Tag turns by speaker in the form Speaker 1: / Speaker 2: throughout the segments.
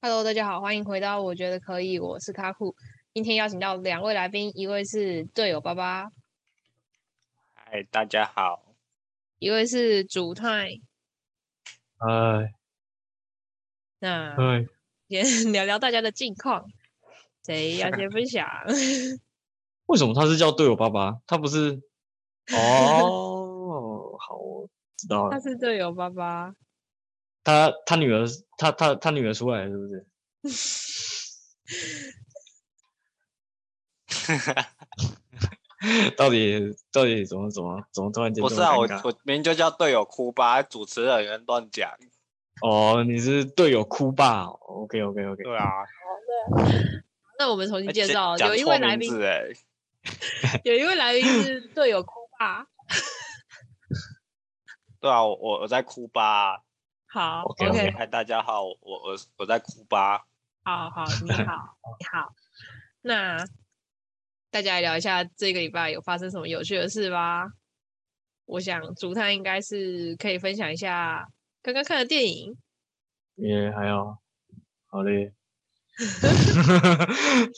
Speaker 1: Hello，大家好，欢迎回到我觉得可以，我是卡库。今天邀请到两位来宾，一位是队友爸爸，
Speaker 2: 嗨，大家 好，
Speaker 1: 一位是主太。
Speaker 3: 哎
Speaker 1: 那
Speaker 2: 嗯
Speaker 3: 对，
Speaker 1: 先 聊聊大家的近况，谁要先分享？
Speaker 3: 为什么他是叫队友爸爸？他不是？哦， 好，我知道
Speaker 1: 他
Speaker 3: 了。
Speaker 1: 是队友爸爸，
Speaker 3: 他他女儿，他他他女儿出来了，是不是？ 到底到底怎么怎么怎么突然间
Speaker 2: 不
Speaker 3: 这
Speaker 2: 是
Speaker 3: 么
Speaker 2: 啊，我
Speaker 3: 尴尬
Speaker 2: 我明明就叫队友哭吧，主持人有人乱讲，
Speaker 3: 哦，你是队友哭哦爸？OK OK OK，
Speaker 2: 对啊，
Speaker 1: 那我们重新介
Speaker 2: 讲
Speaker 1: 绍，
Speaker 2: 哎讲
Speaker 1: 有一
Speaker 2: 错
Speaker 1: 位来
Speaker 2: 名
Speaker 1: 宾，
Speaker 2: 字哎，
Speaker 1: 有一位来宾是队友哭爸。
Speaker 2: 对啊，我我我在哭吧，
Speaker 1: 好
Speaker 3: OK，OK 对
Speaker 2: 嗨，大家好，我我我在哭吧，
Speaker 1: 好好，你 好，你好。那大家来聊一下这个礼拜有发生什么有趣的事吧。我想竹炭应该是可以分享一下刚刚看的电影。
Speaker 3: 也还好，好嘞，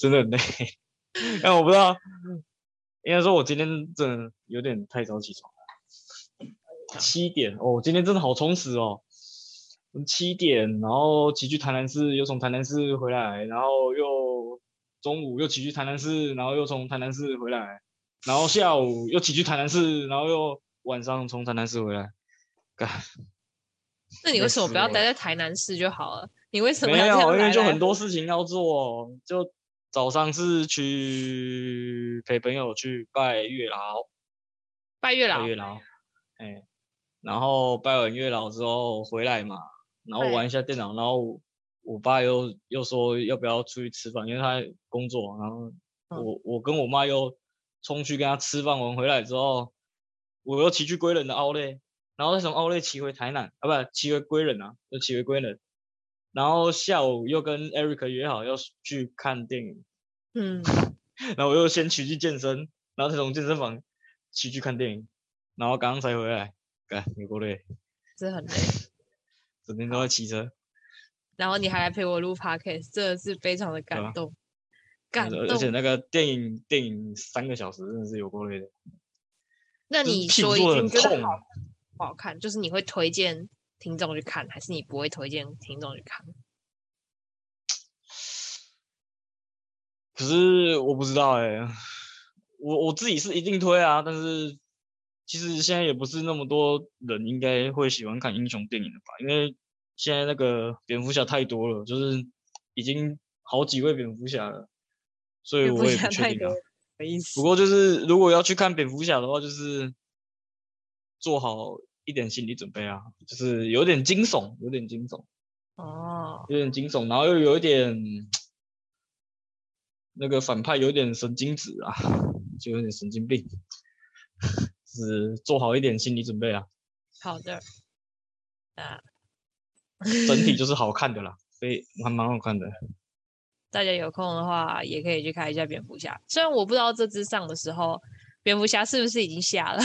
Speaker 3: 真的很累。哎但我不知道，应该说我今天真的有点太早起床了，七点哦，我今天真的好充实哦。我七点，然后骑去台南市，又从台南市回来，然后又中午又骑去台南市，然后又从台南市回来，然后下午又骑去台南市，然后又晚上从台南市回来。干，
Speaker 1: 那你
Speaker 3: 累
Speaker 1: 为什么
Speaker 3: 死
Speaker 1: 不要
Speaker 3: 我
Speaker 1: 待
Speaker 3: 了
Speaker 1: 在台南市就好了？你为什么
Speaker 3: 没
Speaker 1: 要这样
Speaker 3: 有，因
Speaker 1: 来
Speaker 3: 为就
Speaker 1: 来
Speaker 3: 很多事情要做，就早上是去陪朋友去拜月老，
Speaker 1: 拜月
Speaker 3: 拜
Speaker 1: 老？
Speaker 3: 月老，哎、然后拜完月老之后回来嘛，然后
Speaker 1: 对
Speaker 3: 玩一下电脑，然后我我爸又又说要不要出去吃饭，因为他工作，然后
Speaker 1: 嗯
Speaker 3: 我、我跟我妈又冲去跟他吃饭，完回来之后，我又骑去归仁的奥莱，然后再从奥莱骑回台南，啊不，骑回归仁啊，又骑回归仁。然后下午又跟 Eric 约好要去看电影，
Speaker 1: 嗯，
Speaker 3: 然后我又先骑去健身，然后再从健身房骑去看电影，然后刚刚才回来，干有够累，
Speaker 1: 真的很累。
Speaker 3: 整天都在骑车，
Speaker 1: 然后你还来陪我录 podcast，真的是非常的感
Speaker 3: 啊
Speaker 1: 动，感
Speaker 3: 而而且
Speaker 1: 动。
Speaker 3: 那个电影电影三个小时真的是有够累的，
Speaker 1: 那
Speaker 3: 就是
Speaker 1: 你
Speaker 3: 屁
Speaker 1: 说
Speaker 3: 股
Speaker 1: 一
Speaker 3: 坐
Speaker 1: 句
Speaker 3: 的很
Speaker 1: 你觉得
Speaker 3: 痛啊
Speaker 1: 好。不好看？就是你会推荐听众去看，还是你不会推荐听众去看？
Speaker 3: 可是我不知道哎、我我自己是一定推啊，但是其实现在也不是那么多人应该会喜欢看英雄电影的吧，因为现在那个蝙蝠侠太多了，就是已经好几位蝙蝠侠了，所以
Speaker 1: 也不
Speaker 3: 我也
Speaker 1: 想
Speaker 3: 不确
Speaker 1: 太
Speaker 3: 定
Speaker 1: 多
Speaker 3: 啊。
Speaker 1: 没意思
Speaker 3: 不。过就是如果要去看蝙蝠侠的话，就是做好一点心理准备啊，就是有点惊悚，有点惊悚。
Speaker 1: 哦，
Speaker 3: 有点惊悚，然后又有一点那个反派有点神经质啊，就有点神经病，是做好一点心理准备啊，
Speaker 1: 好的。那
Speaker 3: 整体就是好看的啦，所以还蛮好看的。
Speaker 1: 大家有空的话，也可以去看一下蝙蝠侠。虽然我不知道这支上的时候，蝙蝠侠是不是已经下了。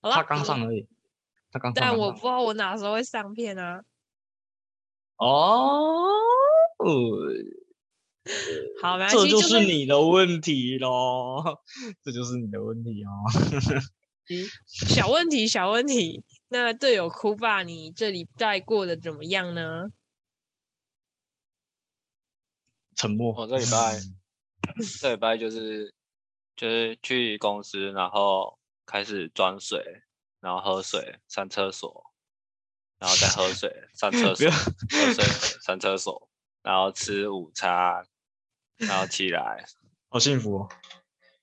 Speaker 1: 好了，
Speaker 3: 他刚上而已，他刚上。
Speaker 1: 但
Speaker 3: 刚
Speaker 1: 我
Speaker 3: 上
Speaker 1: 不知道我哪时候会上片啊。
Speaker 3: 哦，呃
Speaker 1: 好，没关
Speaker 3: 这
Speaker 1: 系，就
Speaker 3: 就是你的问题喽，这就是你的问题哦。
Speaker 1: 小问题，小问题。那队友哭爸，你这礼拜过得怎么样呢？
Speaker 3: 沉默。
Speaker 2: 哦我这礼 拜这礼拜就是就是去公司，然后开始装水，然后喝水，上厕所，然后再喝水，上厕
Speaker 3: 不
Speaker 2: 所，
Speaker 3: 要
Speaker 2: 喝水，上厕所，然后吃午餐，然后起来，
Speaker 3: 好幸福哦。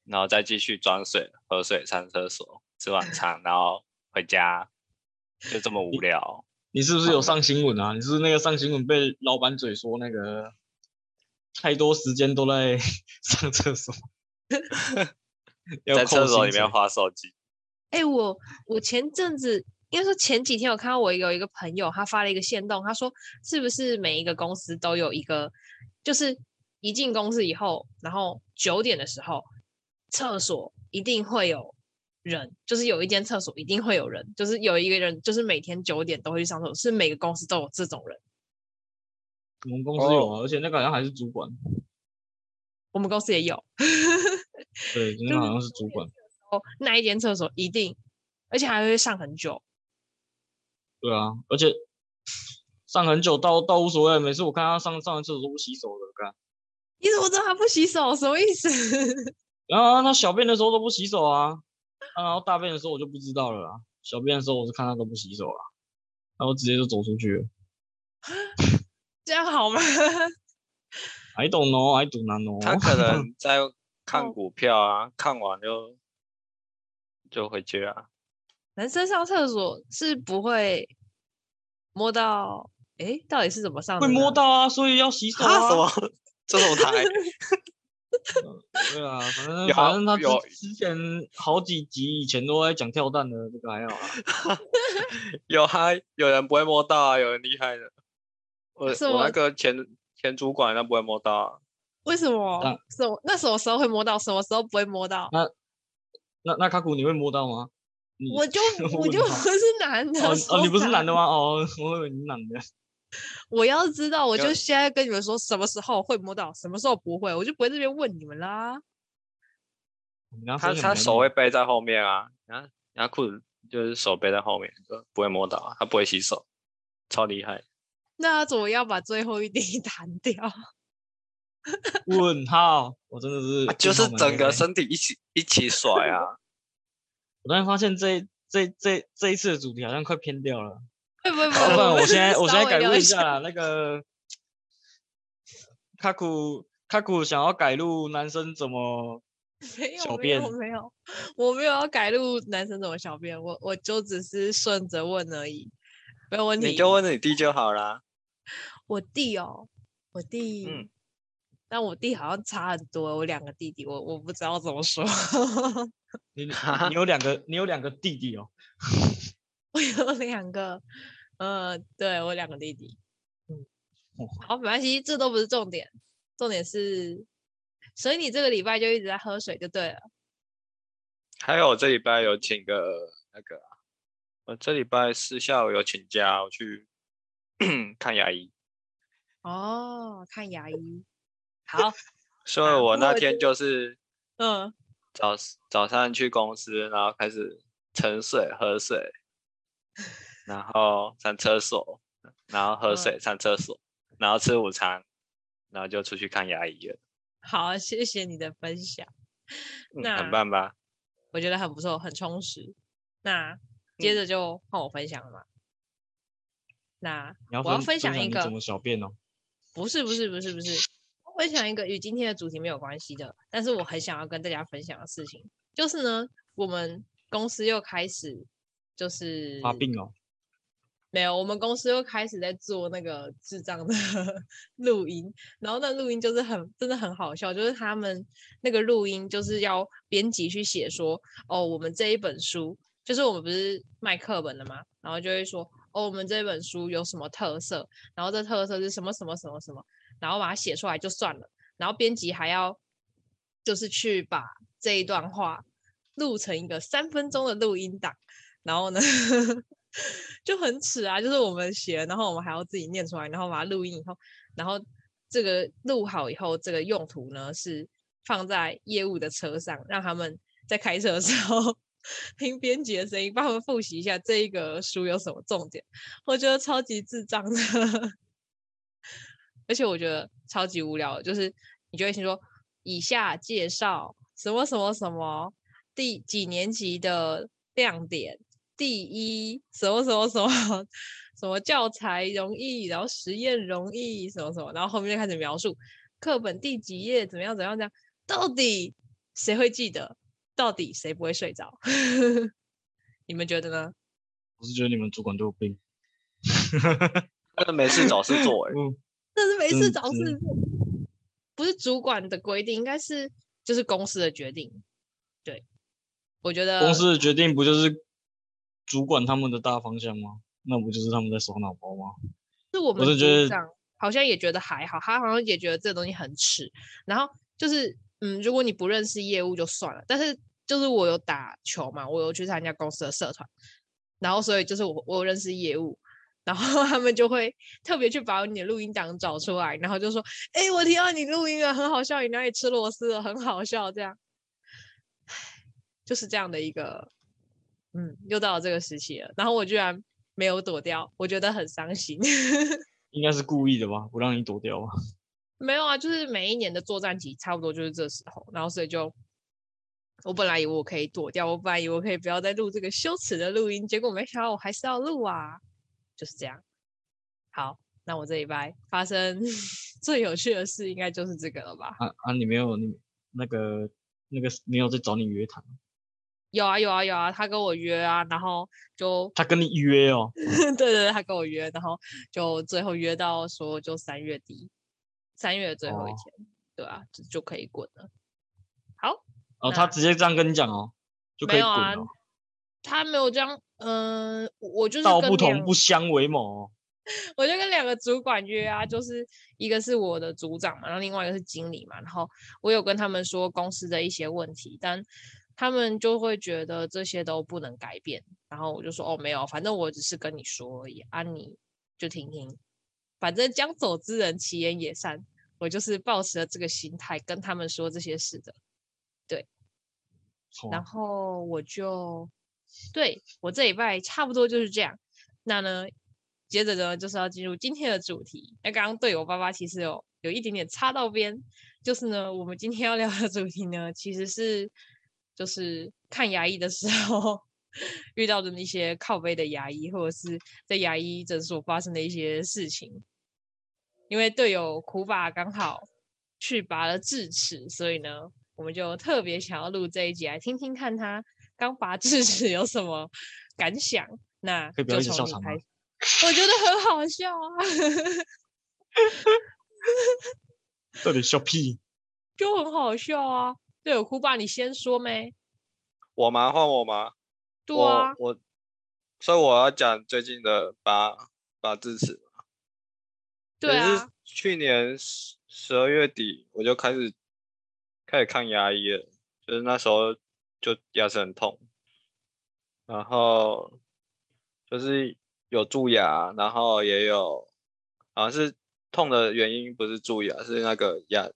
Speaker 2: 然后再继续装水、喝水、上厕所、吃晚餐，然后回家，就这么无聊。
Speaker 3: 你是不是有上新闻啊？你是不是那个上新闻被老板嘴说那个太多时间都在 上厕所，要
Speaker 2: 在
Speaker 3: 扣
Speaker 2: 厕所里
Speaker 3: 薪
Speaker 2: 面
Speaker 3: 水
Speaker 2: 划手机，
Speaker 1: 哎、我我前阵子应该说前几天，我看到我有一个朋友，他发了一个线动，他说是不是每一个公司都有一个，就是一进公司以后，然后九点的时候，厕所一定会有人，就是有一间厕所一定会有人，就是有一个人，就是每天九点都会去上厕所，是每个公司都有这种人。
Speaker 3: 我们公司有
Speaker 2: 哦
Speaker 3: 啊，而且那个好像还是主管，
Speaker 1: 我们公司也有。
Speaker 3: 对，那
Speaker 1: 是
Speaker 3: 个好像是主管，
Speaker 1: 哦，那一间厕所一定，而且还会上很久。
Speaker 3: 对啊，而且上很久倒倒无所谓，每次我看他上上完厕所都不洗手的，看，
Speaker 1: 你怎么知道他不洗手？什么意思？
Speaker 3: 然后他小便的时候都不洗手啊，啊然后大便的时候我就不知道了啦，小便的时候我是看他都不洗手啦，然后直接就走出去了。
Speaker 1: 这样好吗？
Speaker 3: I don't know, I do not
Speaker 2: 他
Speaker 3: know。
Speaker 2: 可 能在
Speaker 1: 哦
Speaker 2: 看股票啊，看完就就回去啊。
Speaker 1: 男生上厕所是不会摸到，诶，到底是怎么上的
Speaker 3: 会
Speaker 1: 呢？
Speaker 3: 摸到啊，所以要洗手啊。
Speaker 2: 什么？这种台
Speaker 3: 对啊，反正
Speaker 2: 有
Speaker 3: 反正他之
Speaker 2: 有
Speaker 3: 之前好几集以前都在讲跳蛋的，这个还好啊。
Speaker 2: 有啊，有人不会摸到啊，有人厉害的。我
Speaker 1: 是
Speaker 2: 我
Speaker 1: 我
Speaker 2: 那个前前主管他不会摸到、啊，
Speaker 1: 为什么
Speaker 3: 那？
Speaker 1: 什么？那什么时候会摸到？什么时候不会摸到？
Speaker 3: 那那卡古你会摸到吗？你
Speaker 1: 我 就我
Speaker 3: 问
Speaker 1: 就不
Speaker 3: 号
Speaker 1: 是男的
Speaker 3: 哦哦，你不是男
Speaker 1: 的，
Speaker 3: 的吗？哦，我以为你是男的。
Speaker 1: 我要知道，我
Speaker 2: 要
Speaker 1: 就现在跟你们说什么时候会摸到，什么时候不会，我就不会这边问你们啦。
Speaker 3: 你刚刚
Speaker 2: 他
Speaker 3: 说你
Speaker 2: 他
Speaker 3: 啊很
Speaker 2: 手
Speaker 3: 难
Speaker 2: 会背在后面啊，然后然后裤子就是手背在后面，就不会摸到啊，他不会洗手，超厉害。
Speaker 1: 那怎么要把最后一滴 弹掉？
Speaker 3: 问号，我真的是、
Speaker 2: 啊就是整个
Speaker 3: 身。
Speaker 2: 身体一起一起甩啊，
Speaker 3: 我突然发现这这这这一次的主题好像快偏掉了。
Speaker 1: 会不会？不
Speaker 3: 好，不然
Speaker 1: 会
Speaker 3: 我现 在
Speaker 1: 稍
Speaker 3: 我现在
Speaker 1: 微
Speaker 3: 改
Speaker 1: 聊
Speaker 3: 录
Speaker 1: 一
Speaker 3: 一下啦，那个卡古卡古想要改录男生怎么
Speaker 1: 没有
Speaker 3: 小
Speaker 1: 没有
Speaker 3: 便
Speaker 1: 没有，我没有要改录男生怎么小便，我我就只是顺着问而已，没有问题。
Speaker 2: 你就问你弟就好啦。
Speaker 1: 我弟哦，我弟，
Speaker 2: 嗯，
Speaker 1: 但我弟好像差很多，我两个弟弟，我我不知道怎么说。
Speaker 3: 你
Speaker 1: 啊
Speaker 3: 你有两个你有两个弟弟哦，
Speaker 1: 我有两个，呃，对我两个弟弟。
Speaker 3: 哦
Speaker 1: 好，没关系，这都不是重点，重点是，所以你这个礼拜就一直在喝水就对了。
Speaker 2: 还有我这礼拜有请个那个啊，我这礼拜四下午有请假，我去 看牙医，
Speaker 1: 哦，看牙医。 好，
Speaker 2: 所以
Speaker 1: 啊
Speaker 2: 我
Speaker 1: 那
Speaker 2: 那
Speaker 1: 我
Speaker 2: 天
Speaker 1: 就
Speaker 2: 就是
Speaker 1: 嗯，
Speaker 2: 早早上去公司，然后开始盛水喝水，然后上厕所，然后喝
Speaker 1: 嗯
Speaker 2: 水上厕所，然后吃午餐，然后就出去看牙医了。
Speaker 1: 好，谢谢你的分享，
Speaker 2: 嗯，很
Speaker 1: 那
Speaker 2: 棒吧？
Speaker 1: 我觉得很不错，很充实。那接
Speaker 2: 嗯
Speaker 1: 着就换我分享了嘛。那
Speaker 3: 你要
Speaker 1: 我要分享
Speaker 3: 享
Speaker 1: 一
Speaker 3: 你
Speaker 1: 个
Speaker 3: 怎么小便哦，
Speaker 1: 不是不是不是不是，我分享一个与今天的主题没有关系的，但是我很想要跟大家分享的事情，就是呢，我们公司又开始就是
Speaker 3: 发病哦，
Speaker 1: 没有，我们公司又开始在做那个智障的 录音，然后那录音就是很真的很好笑，就是他们那个录音就是要编辑去写说，哦，我们这一本书就是我们不是卖课本的嘛，然后就会说，哦，我们这本书有什么特色，然后这特色是什么什么什么什么，然后把它写出来就算了，然后编辑还要就是去把这一段话录成一个三分钟的录音档。然后呢， 就很耻啊，就是我们写了，然后我们还要自己念出来，然后把它录音以后，然后这个录好以后，这个用途呢是放在业务的车上，让他们在开车的时候 听编辑的声音，帮他们复习一下这一个书有什么重点。我觉得超级智障的， 而且我觉得超级无聊的，就是你就会先说以下介绍什么什么什么第几年级的亮点，第一什么什么什么 什么教材容易，然后实验容易什么什么，然后后面就开始描述课本第几页怎么样怎么样怎么样，到底谁会记得？到底谁不会睡着？ 你们觉得呢？
Speaker 3: 我是觉得你们主管都有病，
Speaker 2: 那个没事找事做、欸，
Speaker 3: 嗯，
Speaker 1: 这是没事
Speaker 3: 嗯
Speaker 1: 找事做，不是主管的规定，应该是就是公司的决定。对，我觉得
Speaker 3: 公司的决定不就是主管他们的大方向吗？那不就是他们在耍脑包吗？
Speaker 1: 是我们
Speaker 3: 是觉
Speaker 1: 组
Speaker 3: 得
Speaker 1: 长好像也觉得还好，他好像也觉得这个东西很耻。然后就是，嗯，如果你不认识业务就算了，但是就是我有打球嘛，我有去参加公司的社团，然后所以就是我我有认识业务，然后他们就会特别去把你的录音档找出来，然后就说：“哎、我听到你录音了，很好笑，你哪里吃螺丝了，很好笑。”这样，就是这样的一个，嗯，又到了这个时期了。然后我居然没有躲掉，我觉得很伤心。
Speaker 3: 应该是故意的吧？不让你躲掉吧？
Speaker 1: 没有啊，就是每一年的作战期差不多就是这时候，然后所以就我本来以为我可以躲掉，我本来以为我可以不要再录这个羞耻的录音，结果没想到我还是要录啊，就是这样。好，那我这礼拜发生 最有趣的事应该就是这个了吧？
Speaker 3: 啊啊，你没有你那个那个没有在找你约谈，
Speaker 1: 有啊有啊有啊，他跟我约啊，然后就
Speaker 3: 他跟你约哦，
Speaker 1: 对对对，他跟我约，然后就最后约到说就三月底，三月的最后一
Speaker 3: 哦
Speaker 1: 天，对啊，就就可以滚了。
Speaker 3: 哦，他
Speaker 1: 那
Speaker 3: 直接这样跟你讲哦，就
Speaker 1: 啊
Speaker 3: 可
Speaker 1: 没
Speaker 3: 以
Speaker 1: 有
Speaker 3: 滚
Speaker 1: 啊
Speaker 3: 哦，
Speaker 1: 他没有这样，嗯、我我就是
Speaker 3: 道
Speaker 1: 跟
Speaker 3: 不
Speaker 1: 两
Speaker 3: 同不相为谋哦。
Speaker 1: 我就跟两个主管约啊，就是一个是我的组长嘛，然后另外一个是经理嘛。然后我有跟他们说公司的一些问题，但他们就会觉得这些都不能改变。然后我就说哦，没有，反正我只是跟你说而已啊，你就听听，反正将走之人，其言也善。我就是抱持了这个心态跟他们说这些事的。
Speaker 3: 哦
Speaker 1: 然后我就对我这礼拜差不多就是这样。那呢，接着呢就是要进入今天的主题。那刚刚队友爸爸其实有有一点点插到边，就是呢，我们今天要聊的主题呢，其实是就是看牙医的时候 遇到的那些靠背的牙医，或者是在牙医诊所发生的一些事情。因为队友苦爸刚好去拔了智齿，所以呢，我们就特别想要录这一集来听听看他刚拔智齿有什么感想。那
Speaker 3: 可以不
Speaker 1: 就
Speaker 3: 要一直
Speaker 1: 从
Speaker 3: 笑
Speaker 1: 你
Speaker 3: 场
Speaker 1: 开
Speaker 3: 吗
Speaker 1: 始我觉得很好笑啊。
Speaker 3: 到底笑屁？
Speaker 1: 就很好笑啊。对，我哭爸，你先说没？
Speaker 2: 我吗？换我吗？
Speaker 1: 对
Speaker 2: 我
Speaker 1: 啊，
Speaker 2: 我，所以我要讲最近的拔拔智齿。
Speaker 1: 对
Speaker 2: 可是
Speaker 1: 啊，
Speaker 2: 去年十十二月底我就开始开始看牙医了，就是那时候就牙齿很痛，然后就是有蛀牙，然后也有好像是痛的原因不是蛀牙，是那个牙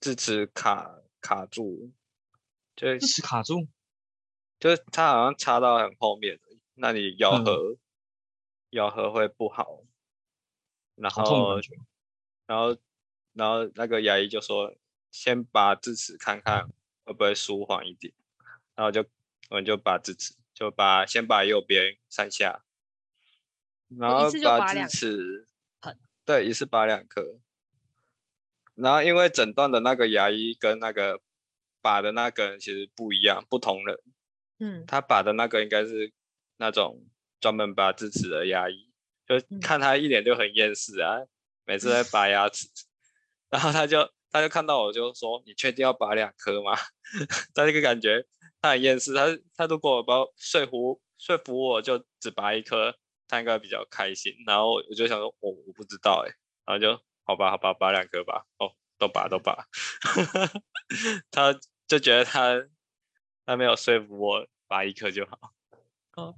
Speaker 2: 智齿卡卡住， 就
Speaker 3: 智齿卡 住，
Speaker 2: 就是它好像插到很后面，那你咬
Speaker 3: 嗯
Speaker 2: 合、咬合会不好，然
Speaker 3: 好痛的
Speaker 2: 后
Speaker 3: 感觉。
Speaker 2: 然后然后那个牙医就说先拔智齿看看会不会舒缓一点，然后就我们就拔智齿，就拔先拔右边三下，然
Speaker 1: 哦一
Speaker 2: 后
Speaker 1: 次就拔
Speaker 2: 拔
Speaker 1: 两颗
Speaker 2: 智齿
Speaker 1: 很，
Speaker 2: 对，一次拔两颗。然后因为诊断的那个牙医跟那个拔的那个人其实不一样，不同人。
Speaker 1: 嗯，
Speaker 2: 他拔的那个应该是那种专门拔智齿的牙医，就
Speaker 1: 嗯
Speaker 2: 看他一脸就很厌世啊，每次在拔牙齿， 然后他就他就看到我就说：“你确定要拔两颗吗？” 他这个感觉他很厌世，他他如果把我说服说服我就只拔一颗，他应该比较开心。然后我就想说：“我我不知道哎、然后就好吧好吧，拔两颗吧，哦，都拔都拔。” 他就觉得他他没有说服我拔一颗就好。
Speaker 1: 哦，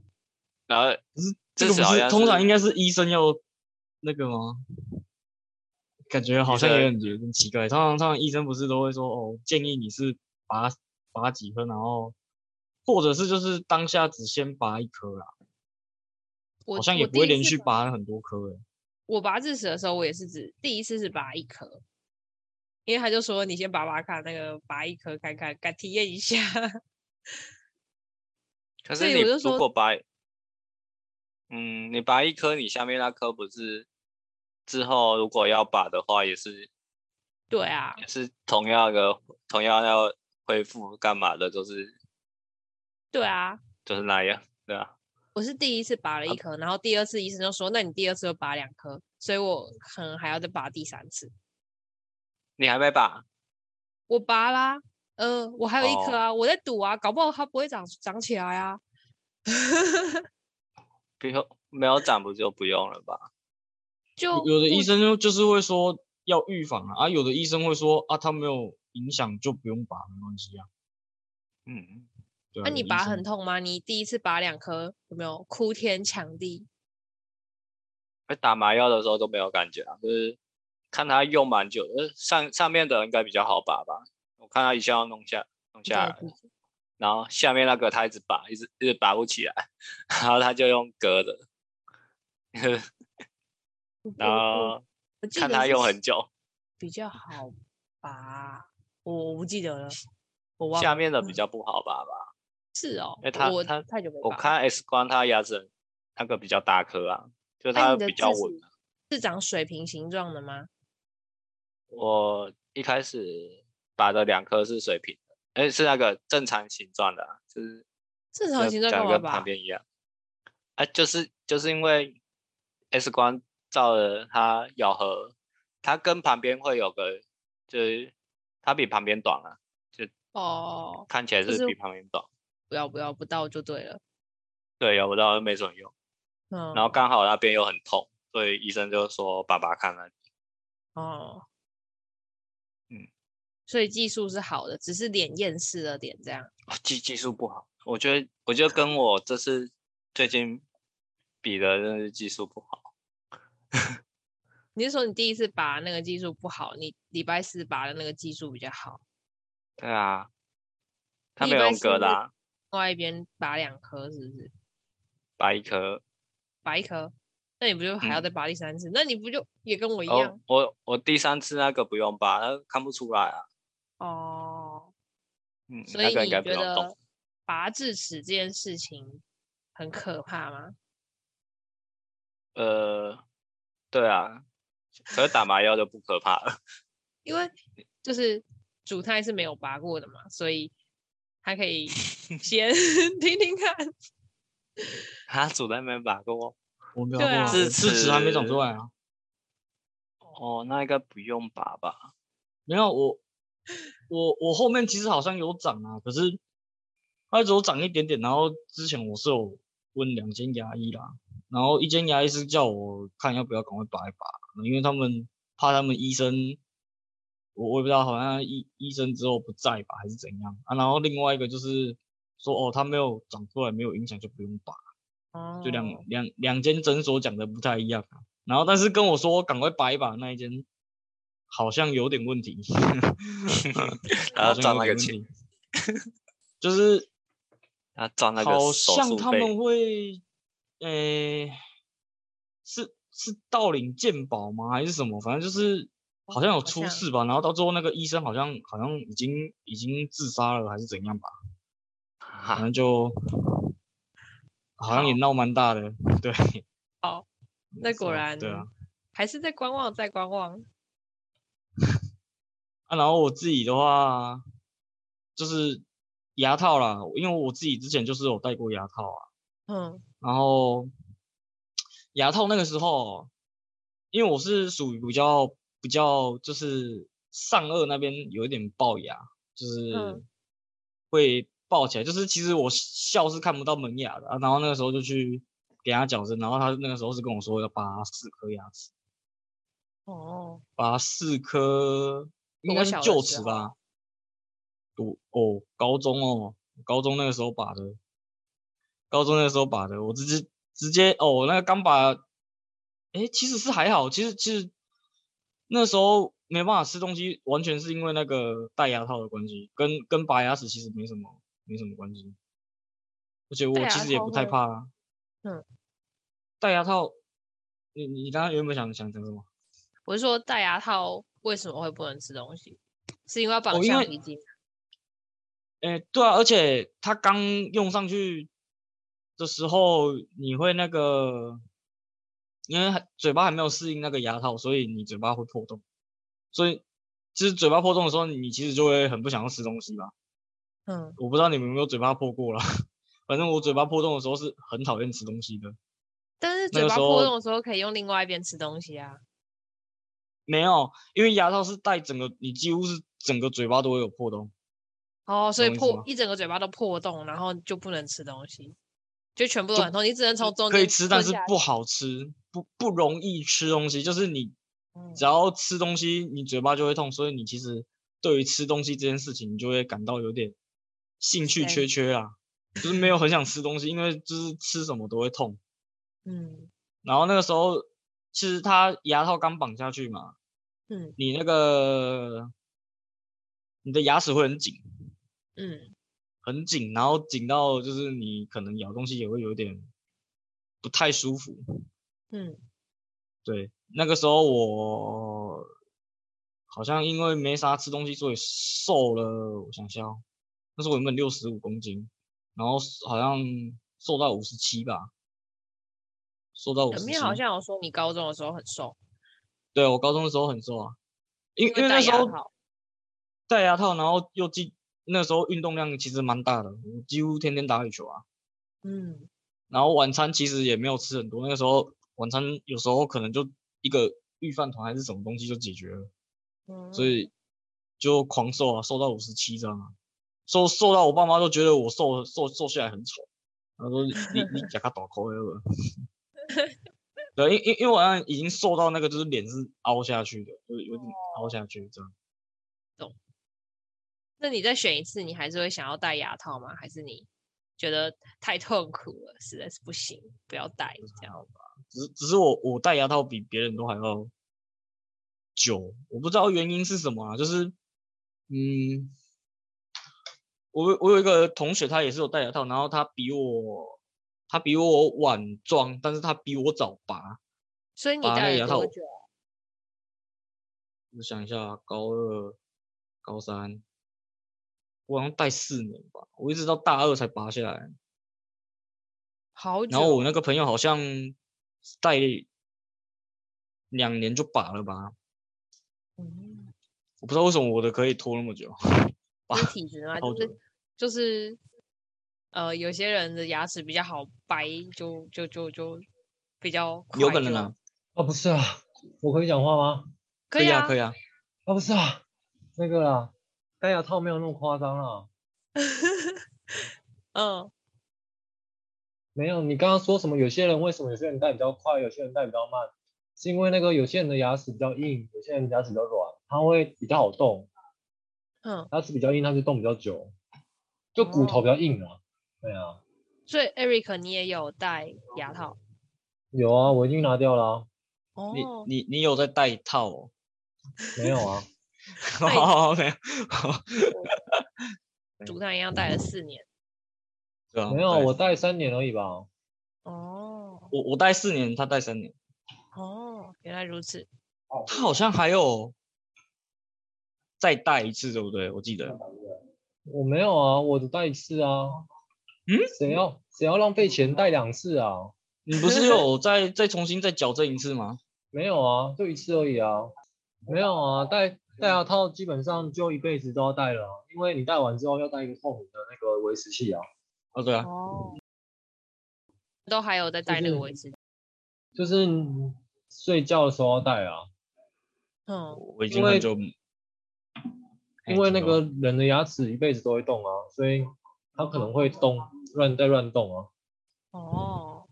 Speaker 2: 然后
Speaker 3: 可是
Speaker 2: 这
Speaker 3: 个
Speaker 2: 是
Speaker 3: 不
Speaker 2: 好
Speaker 3: 是
Speaker 2: 像
Speaker 3: 通常
Speaker 2: 是
Speaker 3: 应该是医生要那个吗？感觉好像有点有点奇怪。通常通常医生不是都会说哦，建议你是拔拔几颗，然后或者是就是当下只先拔一颗啦，
Speaker 1: 我
Speaker 3: 好像
Speaker 1: 我
Speaker 3: 也不
Speaker 1: 第
Speaker 3: 会
Speaker 1: 一
Speaker 3: 连
Speaker 1: 次
Speaker 3: 续
Speaker 1: 拔。
Speaker 3: 拔很多颗欸诶。
Speaker 1: 我拔智齿的时候，我也是只第一次是拔一颗，因为他就说你先拔拔看，那个拔一颗看看，敢体验一下。
Speaker 2: 可
Speaker 1: 所
Speaker 2: 是
Speaker 1: 以
Speaker 2: 你
Speaker 1: 我就
Speaker 2: 如
Speaker 1: 说
Speaker 2: 果拔，嗯，你拔一颗，你下面那颗不是之后如果要拔的话，也是
Speaker 1: 对啊，
Speaker 2: 也是同样的，同样要恢复干嘛的，就是
Speaker 1: 对啊，
Speaker 2: 就是那样，对啊，
Speaker 1: 我是第一次拔了一颗，然后第二次医生就说，那你第二次就拔两颗，所以我可能还要再拔第三次。
Speaker 2: 你还没拔，
Speaker 1: 我拔啦，呃，我还有一颗
Speaker 2: 哦
Speaker 1: 啊，我在赌啊，搞不好它不会长长起来啊。
Speaker 2: 不用没有长不就不用了吧？
Speaker 1: 就
Speaker 3: 有有的
Speaker 1: 不
Speaker 3: 医生就就是会说要预防啊，啊有的医生会说啊，他没有影响就不用拔，没关系啊。
Speaker 2: 嗯，
Speaker 3: 对啊，
Speaker 1: 那、
Speaker 3: 有
Speaker 1: 你
Speaker 3: 的医
Speaker 1: 拔
Speaker 3: 生
Speaker 1: 很痛吗？你第一次拔两颗有没有哭天抢地？
Speaker 2: 哎打麻药的时候都没有感觉啊，就是看他用蛮久的，呃上上面的应该比较好拔吧，我看他一下要弄下弄下来，然后下面那个他一直拔，一直一直拔不起来， 然后他就用割的，
Speaker 1: 嗯
Speaker 2: 然后
Speaker 1: 我记
Speaker 2: 看
Speaker 1: 得
Speaker 2: 他
Speaker 1: 是
Speaker 2: 用很久，
Speaker 1: 比较好吧，我我不记得了，我忘
Speaker 2: 下
Speaker 1: 了
Speaker 2: 面的比较不好拔吧。
Speaker 1: 是哦，
Speaker 2: 哎他
Speaker 1: 我
Speaker 2: 他
Speaker 1: 太久没
Speaker 2: 我
Speaker 1: 拔了
Speaker 2: 看 X 光，他牙齿很那个比较大颗啊，就是
Speaker 1: 哎
Speaker 2: 它
Speaker 1: 你的
Speaker 2: 比较
Speaker 1: 痣
Speaker 2: 稳啊
Speaker 1: 是。是长水平形状的吗？
Speaker 2: 我一开始拔的两颗是水平的，哎，是那个正常形状的啊、就是
Speaker 1: 正常
Speaker 2: 跟
Speaker 1: 形状干
Speaker 2: 长
Speaker 1: 嘛
Speaker 2: 跟旁
Speaker 1: 拔？
Speaker 2: 边一样。啊，就是就是因为 X 光照了它咬合，它跟旁边会有个，就是它比旁边短啊，
Speaker 1: 哦，
Speaker 2: 看起来
Speaker 1: 就是是
Speaker 2: 比旁边短。
Speaker 1: 不要不要，不到就对了。
Speaker 2: 对，咬不到没什么用。
Speaker 1: 嗯，
Speaker 2: 然后刚好那边又很痛，所以医生就说拔拔看啊。
Speaker 1: 哦，
Speaker 2: 嗯，
Speaker 1: 所以技术是好的，只是脸厌世了点这样。
Speaker 2: 啊技技术不好，我觉得我觉得跟我这次最近比的，真的是技术不好。
Speaker 1: 你是说你第一次拔那个技术不好，你礼拜四拔的那个技术比较好，
Speaker 2: 对啊，他
Speaker 1: 你
Speaker 2: 没
Speaker 1: 礼
Speaker 2: 有
Speaker 1: 拜
Speaker 2: 用
Speaker 1: 四
Speaker 2: 割
Speaker 1: 是
Speaker 2: 的、啊，
Speaker 1: 另外一边拔两颗是不是？
Speaker 2: 拔一颗。
Speaker 1: 拔一颗，那你不就还要
Speaker 2: 嗯
Speaker 1: 再拔第三次？那你不就也跟我一
Speaker 2: 哦
Speaker 1: 样，
Speaker 2: 我我第三次那个不用拔，那看不出来啊。
Speaker 1: 哦？
Speaker 2: 嗯，
Speaker 1: 所
Speaker 2: 那
Speaker 1: 以
Speaker 2: 个
Speaker 1: 你
Speaker 2: 应该
Speaker 1: 觉
Speaker 2: 不用
Speaker 1: 得
Speaker 2: 动。
Speaker 1: 拔智齿这件事情很可怕吗？
Speaker 2: 呃，对啊，可是打麻药就不可怕了。
Speaker 1: 因为就是主胎是没有拔过的嘛，所以他可 以先 听听看。
Speaker 2: 他主任没拔过
Speaker 3: 我没有
Speaker 1: 对
Speaker 3: 看
Speaker 1: 啊
Speaker 3: 过智
Speaker 2: 智
Speaker 3: 齿还没长
Speaker 2: 齿
Speaker 3: 出来啊。
Speaker 2: 哦，那应该不用拔吧？
Speaker 3: 没有我，我我后面其实好像有长啊，可是它只有长一点点。然后之前我是有问两间牙医啦，然后一间牙医是叫我看要不要赶快拔一拔，因为他们怕他们医生，我我也不知道好像医医生之后不在吧，还是怎样啊。然后另外一个就是说哦，它没有长出来，没有影响就不用拔。
Speaker 1: 哦
Speaker 3: 就两两两间诊所讲的不太一样啊、然后但是跟我说赶快拔一把那一间，好像有点问题，
Speaker 2: 然后
Speaker 3: 好像
Speaker 2: 赚
Speaker 3: 有
Speaker 2: 那个
Speaker 3: 点问
Speaker 2: 钱，
Speaker 3: 题， 就是
Speaker 2: 他赚那个
Speaker 3: 好
Speaker 2: 手
Speaker 3: 像
Speaker 2: 术
Speaker 3: 他
Speaker 2: 费
Speaker 3: 们。会，诶、是是盗领健保吗？还是什么？反正就是好像有
Speaker 1: 哦好
Speaker 3: 出
Speaker 1: 像
Speaker 3: 事吧，然后到最后那个医生好像好像已经已经自杀了还是怎样吧，
Speaker 2: 啊
Speaker 3: 反正就好像也闹蛮大的， 对。
Speaker 1: 好，哦那果
Speaker 3: 是啊
Speaker 1: 然
Speaker 3: 对啊。
Speaker 1: 还是在观望，在观望。
Speaker 3: 啊，然后我自己的话，就是牙套啦，因为我自己之前就是有戴过牙套啊，
Speaker 1: 嗯，
Speaker 3: 然后牙套那个时候，因为我是属于比较比较就是上颚那边有一点龅牙，就是
Speaker 1: 嗯
Speaker 3: 会龅起来，就是其实我笑是看不到门牙的、啊，然后那个时候就去给他矫正，然后他那个时候是跟我说要拔四颗牙齿，
Speaker 1: 哦，
Speaker 3: 拔四颗，应
Speaker 1: 国
Speaker 3: 该是
Speaker 1: 小的
Speaker 3: 臼
Speaker 1: 时
Speaker 3: 齿
Speaker 1: 候
Speaker 3: 吧。我哦，高中哦，高中那个时候拔的，高中那个时候拔的，我直接直接哦，我那个刚拔，诶，其实是还好，其实其实那时候没办法吃东西，完全是因为那个戴牙套的关系，跟跟拔牙齿其实没什么没什么关系，而且我
Speaker 1: 戴
Speaker 3: 其
Speaker 1: 牙
Speaker 3: 实也
Speaker 1: 套
Speaker 3: 不太
Speaker 1: 会
Speaker 3: 怕啊。
Speaker 1: 嗯，
Speaker 3: 戴牙套，你你刚刚原本想想讲什么？
Speaker 1: 我是说戴牙套为什么会不能吃东西？是因为要绑
Speaker 3: 哦因
Speaker 1: 橡
Speaker 3: 为
Speaker 1: 皮筋？
Speaker 3: 诶，对啊，而且它刚用上去的时候，你会那个，因为还嘴巴还没有适应那个牙套，所以你嘴巴会破洞，所以就是嘴巴破洞的时候，你其实就会很不想要吃东西吧。
Speaker 1: 嗯，
Speaker 3: 我不知道你们有没有嘴巴破过啦，反正我嘴巴破洞的时候是很讨厌吃东西的。
Speaker 1: 但是
Speaker 3: 那
Speaker 1: 嘴
Speaker 3: 个
Speaker 1: 巴
Speaker 3: 时
Speaker 1: 破
Speaker 3: 候
Speaker 1: 洞的时候可以用另外一边吃东西啊。
Speaker 3: 没有，因为牙套是带整个，你几乎是整个嘴巴都会有破洞。
Speaker 1: 哦，所以
Speaker 3: 懂我意思
Speaker 1: 破
Speaker 3: 吗
Speaker 1: 一整个嘴巴都破洞，然后就不能吃东西，就全部都
Speaker 3: 就
Speaker 1: 很痛，你只能从中
Speaker 3: 可以
Speaker 1: 间
Speaker 3: 吃，但
Speaker 1: 吞
Speaker 3: 是
Speaker 1: 下
Speaker 3: 不
Speaker 1: 去
Speaker 3: 好吃，不不容易吃东西。就是你
Speaker 1: 嗯
Speaker 3: 只要吃东西，你嘴巴就会痛，所以你其实对于吃东西这件事情，你就会感到有点兴趣
Speaker 1: 塞
Speaker 3: 缺缺啊，就是没有很想吃东西，因为就是吃什么都会痛。
Speaker 1: 嗯，
Speaker 3: 然后那个时候其实他牙套刚绑下去嘛，
Speaker 1: 嗯
Speaker 3: 你那个你的牙齿会很紧，
Speaker 1: 嗯，
Speaker 3: 很紧，然后紧到就是你可能咬东西也会有点不太舒服。
Speaker 1: 嗯，
Speaker 3: 对，那个时候我好像因为没啥吃东西，所以瘦了。我想想哦，那时候我原本六十五公斤，然后好像瘦到五十七吧，瘦到五十
Speaker 1: 前
Speaker 3: 七。
Speaker 1: 面好像有说你高中的时候很瘦，
Speaker 3: 对我高中的时候很瘦啊，因
Speaker 1: 因
Speaker 3: 因为
Speaker 1: 戴
Speaker 3: 那时
Speaker 1: 牙
Speaker 3: 候
Speaker 1: 套。
Speaker 3: 戴牙套，然后又记那时候运动量其实蛮大的，我几乎天天打羽球啊。
Speaker 1: 嗯
Speaker 3: 然后晚餐其实也没有吃很多，那个时候晚餐有时候可能就一个御饭团还是什么东西就解决了，
Speaker 1: 嗯，
Speaker 3: 所以就狂瘦啊，瘦到五十七张啊，瘦瘦到我爸妈都觉得我瘦瘦瘦下来很丑，他说你你你假个倒扣了。 对，因因因为我好像已经瘦到那个就是脸是凹下去的，就是有点凹下去这样。
Speaker 1: 那你再选一次，你还是会想要戴牙套吗？还是你觉得太痛苦了，实在是不行，不要戴这样？
Speaker 3: 只是只是我我戴牙套比别人都还要久，我不知道原因是什么啊，就是嗯，我有我有一个同学，他也是有戴牙套，然后他比我他比我晚装，但是他比我早拔。
Speaker 1: 所以你
Speaker 3: 拔那
Speaker 1: 戴
Speaker 3: 个
Speaker 1: 了
Speaker 3: 牙
Speaker 1: 多
Speaker 3: 套
Speaker 1: 久？啊
Speaker 3: 我想一下啊，高二、高三，我好像戴四年吧，我一直到大二才拔下来。
Speaker 1: 好久。
Speaker 3: 然后我那个朋友好像戴两年就拔了吧，
Speaker 1: 嗯
Speaker 3: 我不知道为什么我的可以拖那么久。拔
Speaker 1: 就是体质嘛，啊
Speaker 3: 好
Speaker 1: 就是
Speaker 3: 久
Speaker 1: 就是呃，有些人的牙齿比较好白，就就就就比较
Speaker 3: 有
Speaker 1: 快
Speaker 3: 可能
Speaker 1: 就
Speaker 3: 啊，
Speaker 4: 哦，不是啊，我可以讲话吗？
Speaker 1: 可以
Speaker 3: 以啊，可以
Speaker 1: 啊，
Speaker 3: 啊，
Speaker 4: 哦，不是啊，那个啦，戴牙套没有那么夸张啦。
Speaker 1: 嗯，
Speaker 4: 没有，你刚刚说什么？有些人为什么有些人戴比较快，有些人戴比较慢？是因为那个有些人的牙齿比较硬，有些人牙齿比较软，它会比较好动。
Speaker 1: 嗯，
Speaker 4: 牙齿比较硬，它就动比较久，就骨头比较硬啊。对啊，
Speaker 1: 所以 Eric 你也有戴牙套
Speaker 4: 有啊，我已经拿掉了啊、
Speaker 3: 你
Speaker 1: 哦，
Speaker 3: 你你有在戴套哦？
Speaker 4: 没有 啊，
Speaker 1: 戴
Speaker 3: 好， 没有，
Speaker 1: 竹炭一样戴了四年
Speaker 3: 对啊，
Speaker 4: 没有，
Speaker 3: 对
Speaker 4: 我戴三年而已吧。
Speaker 1: 哦
Speaker 3: 我我戴四年，他戴三年，
Speaker 1: 哦，原来如此，
Speaker 3: 他好像还有再戴一次，对不对？我记得
Speaker 4: 我没有啊，我只戴一次啊。
Speaker 3: 嗯？
Speaker 4: 谁要谁要浪费钱戴两次啊？
Speaker 3: 你不是有再再重新再矫正一次吗？
Speaker 4: 没有啊，就一次而已啊。没有啊，戴戴牙套基本上就一辈子都要戴了啊、因为你戴完之后要戴一个透明的那个维持器啊，
Speaker 3: 哦，对啊，
Speaker 1: 哦，都还有在戴那
Speaker 4: 是
Speaker 1: 个维持，
Speaker 4: 就是你睡觉的时候要戴啊，
Speaker 1: 嗯，
Speaker 3: 我已
Speaker 4: 因
Speaker 3: 经很
Speaker 4: 为
Speaker 3: 久，哎
Speaker 4: 因为那
Speaker 3: 你说
Speaker 4: 个人的牙齿一辈子都会动啊，所以它可能会动乱再乱动啊。
Speaker 1: 哦，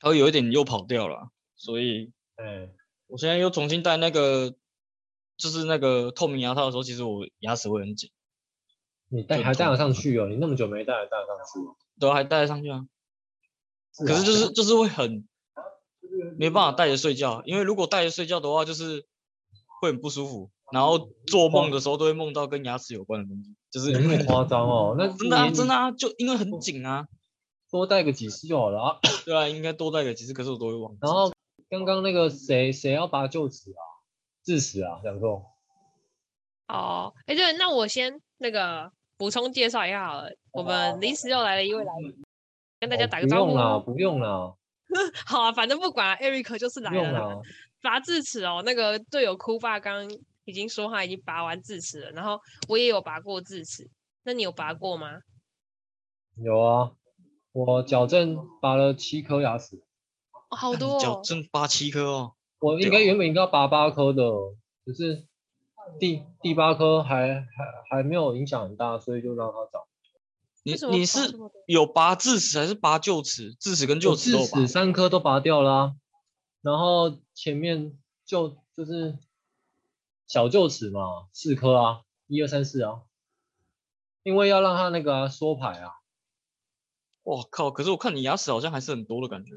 Speaker 3: 他有一点又跑掉了，所以
Speaker 4: 哎、
Speaker 3: 我现在又重新戴那个，就是那个透明牙套的时候，其实我牙齿会很紧，
Speaker 4: 你戴
Speaker 3: 就
Speaker 4: 还戴
Speaker 3: 痛
Speaker 4: 得上去哦？你那么久没戴还戴得上去哦？
Speaker 3: 都还戴得上去啊。
Speaker 4: 啊
Speaker 3: 可是就是就是会很没办法戴着睡觉，因为如果戴着睡觉的话，就是会很不舒服，然后做梦的时候都会梦到跟牙齿有关的东西，就是
Speaker 4: 有 那么夸张哦？那
Speaker 3: 真的啊
Speaker 4: 你
Speaker 3: 真的啊，就因为很紧啊，
Speaker 4: 多戴个几次就好了啊。
Speaker 3: 对啊，应该多戴个几次，可是我都会忘记。
Speaker 1: 哦
Speaker 4: 然后刚刚那个谁谁要拔臼齿啊，智齿啊，讲座。
Speaker 1: 哦，哎对，那我先那个补充介绍一下好了，我们临时又来了一位来宾，跟大家
Speaker 4: 哦
Speaker 1: 打个招呼
Speaker 4: 不用。啦，不用啦，
Speaker 1: 好啊，反正不管、啊、，Eric 就是来
Speaker 4: 不用
Speaker 1: 了啦。
Speaker 4: 啦。
Speaker 1: 拔智齿哦，那个队友哭爸刚刚已经说他已经拔完智齿了，然后我也有拔过智齿，那你有拔过吗？
Speaker 4: 有啊，我矫正拔了七颗牙齿，
Speaker 1: 哦、好
Speaker 3: 看
Speaker 1: 多、
Speaker 3: 矫
Speaker 1: 哦，
Speaker 3: 正八七颗哦，
Speaker 4: 我
Speaker 3: 对
Speaker 4: 应该
Speaker 3: 啊
Speaker 4: 原本应该要拔八颗的，只是第第八颗还还还没有影响很大，所以就让它长。
Speaker 3: 你
Speaker 1: 为什么
Speaker 3: 你
Speaker 1: 拔
Speaker 3: 是
Speaker 1: 这么多
Speaker 3: 有拔智齿还是拔臼齿？智齿跟臼
Speaker 4: 我
Speaker 3: 齿
Speaker 4: 智
Speaker 3: 都有拔
Speaker 4: 齿三颗都拔掉啦、然后前面就就是小臼齿嘛，四颗啊，一二三四啊，因为要让它那个啊缩排啊，
Speaker 3: 哇靠！可是我看你牙齿好像还是很多的感觉，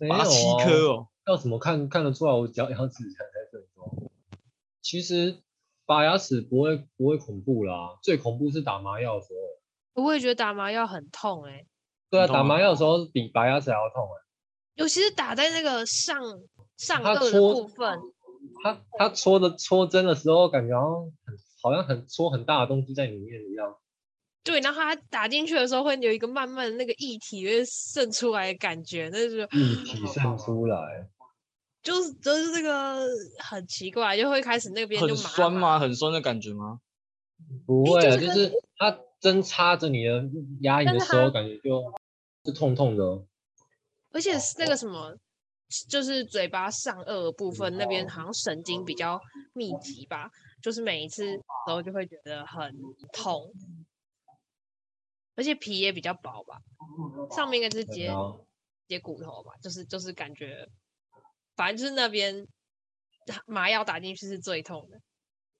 Speaker 4: 没有
Speaker 3: 八七
Speaker 4: 哦
Speaker 3: 颗哦。
Speaker 4: 要怎么看看得出来我脚牙齿才才很多？其实拔牙齿不会不会恐怖啦，最恐怖是打麻药的时候。
Speaker 1: 我也觉得打麻药很痛哎、
Speaker 4: 对啊，
Speaker 3: 很痛
Speaker 4: 打
Speaker 3: 吗
Speaker 4: 麻药的时候比拔牙齿还要痛哎、
Speaker 1: 尤其是打在那个上上
Speaker 4: 它
Speaker 1: 颚的
Speaker 4: 戳
Speaker 1: 部分，
Speaker 4: 它它戳的戳针的时候，感觉好像很好像很戳很大的东西在里面一样。
Speaker 1: 对，然后它打进去的时候会有一个慢慢的那个液体会渗出来的感觉，那就是
Speaker 4: 液体
Speaker 1: 哦
Speaker 4: 渗出来，
Speaker 1: 就是就是这个很奇怪，就会开始那边就
Speaker 3: 很
Speaker 1: 麻
Speaker 3: 酸
Speaker 1: 麻
Speaker 3: 吗？很酸的感觉吗？
Speaker 4: 不会啊，
Speaker 1: 就
Speaker 4: 就是是它针插着你的牙龈
Speaker 1: 但
Speaker 4: 的
Speaker 1: 是
Speaker 4: 时候，
Speaker 1: 它
Speaker 4: 感觉就是痛痛的。哦
Speaker 1: 而且是那个什么，就是嘴巴上颚的部分那边好像神经比较密集吧，就是每一次然后就会觉得很痛，而且皮也比较薄吧，上面应该就是
Speaker 4: 对
Speaker 1: 接
Speaker 4: 啊，
Speaker 1: 接骨头吧，就是就是感觉，反正就是那边麻药打进去是最痛的，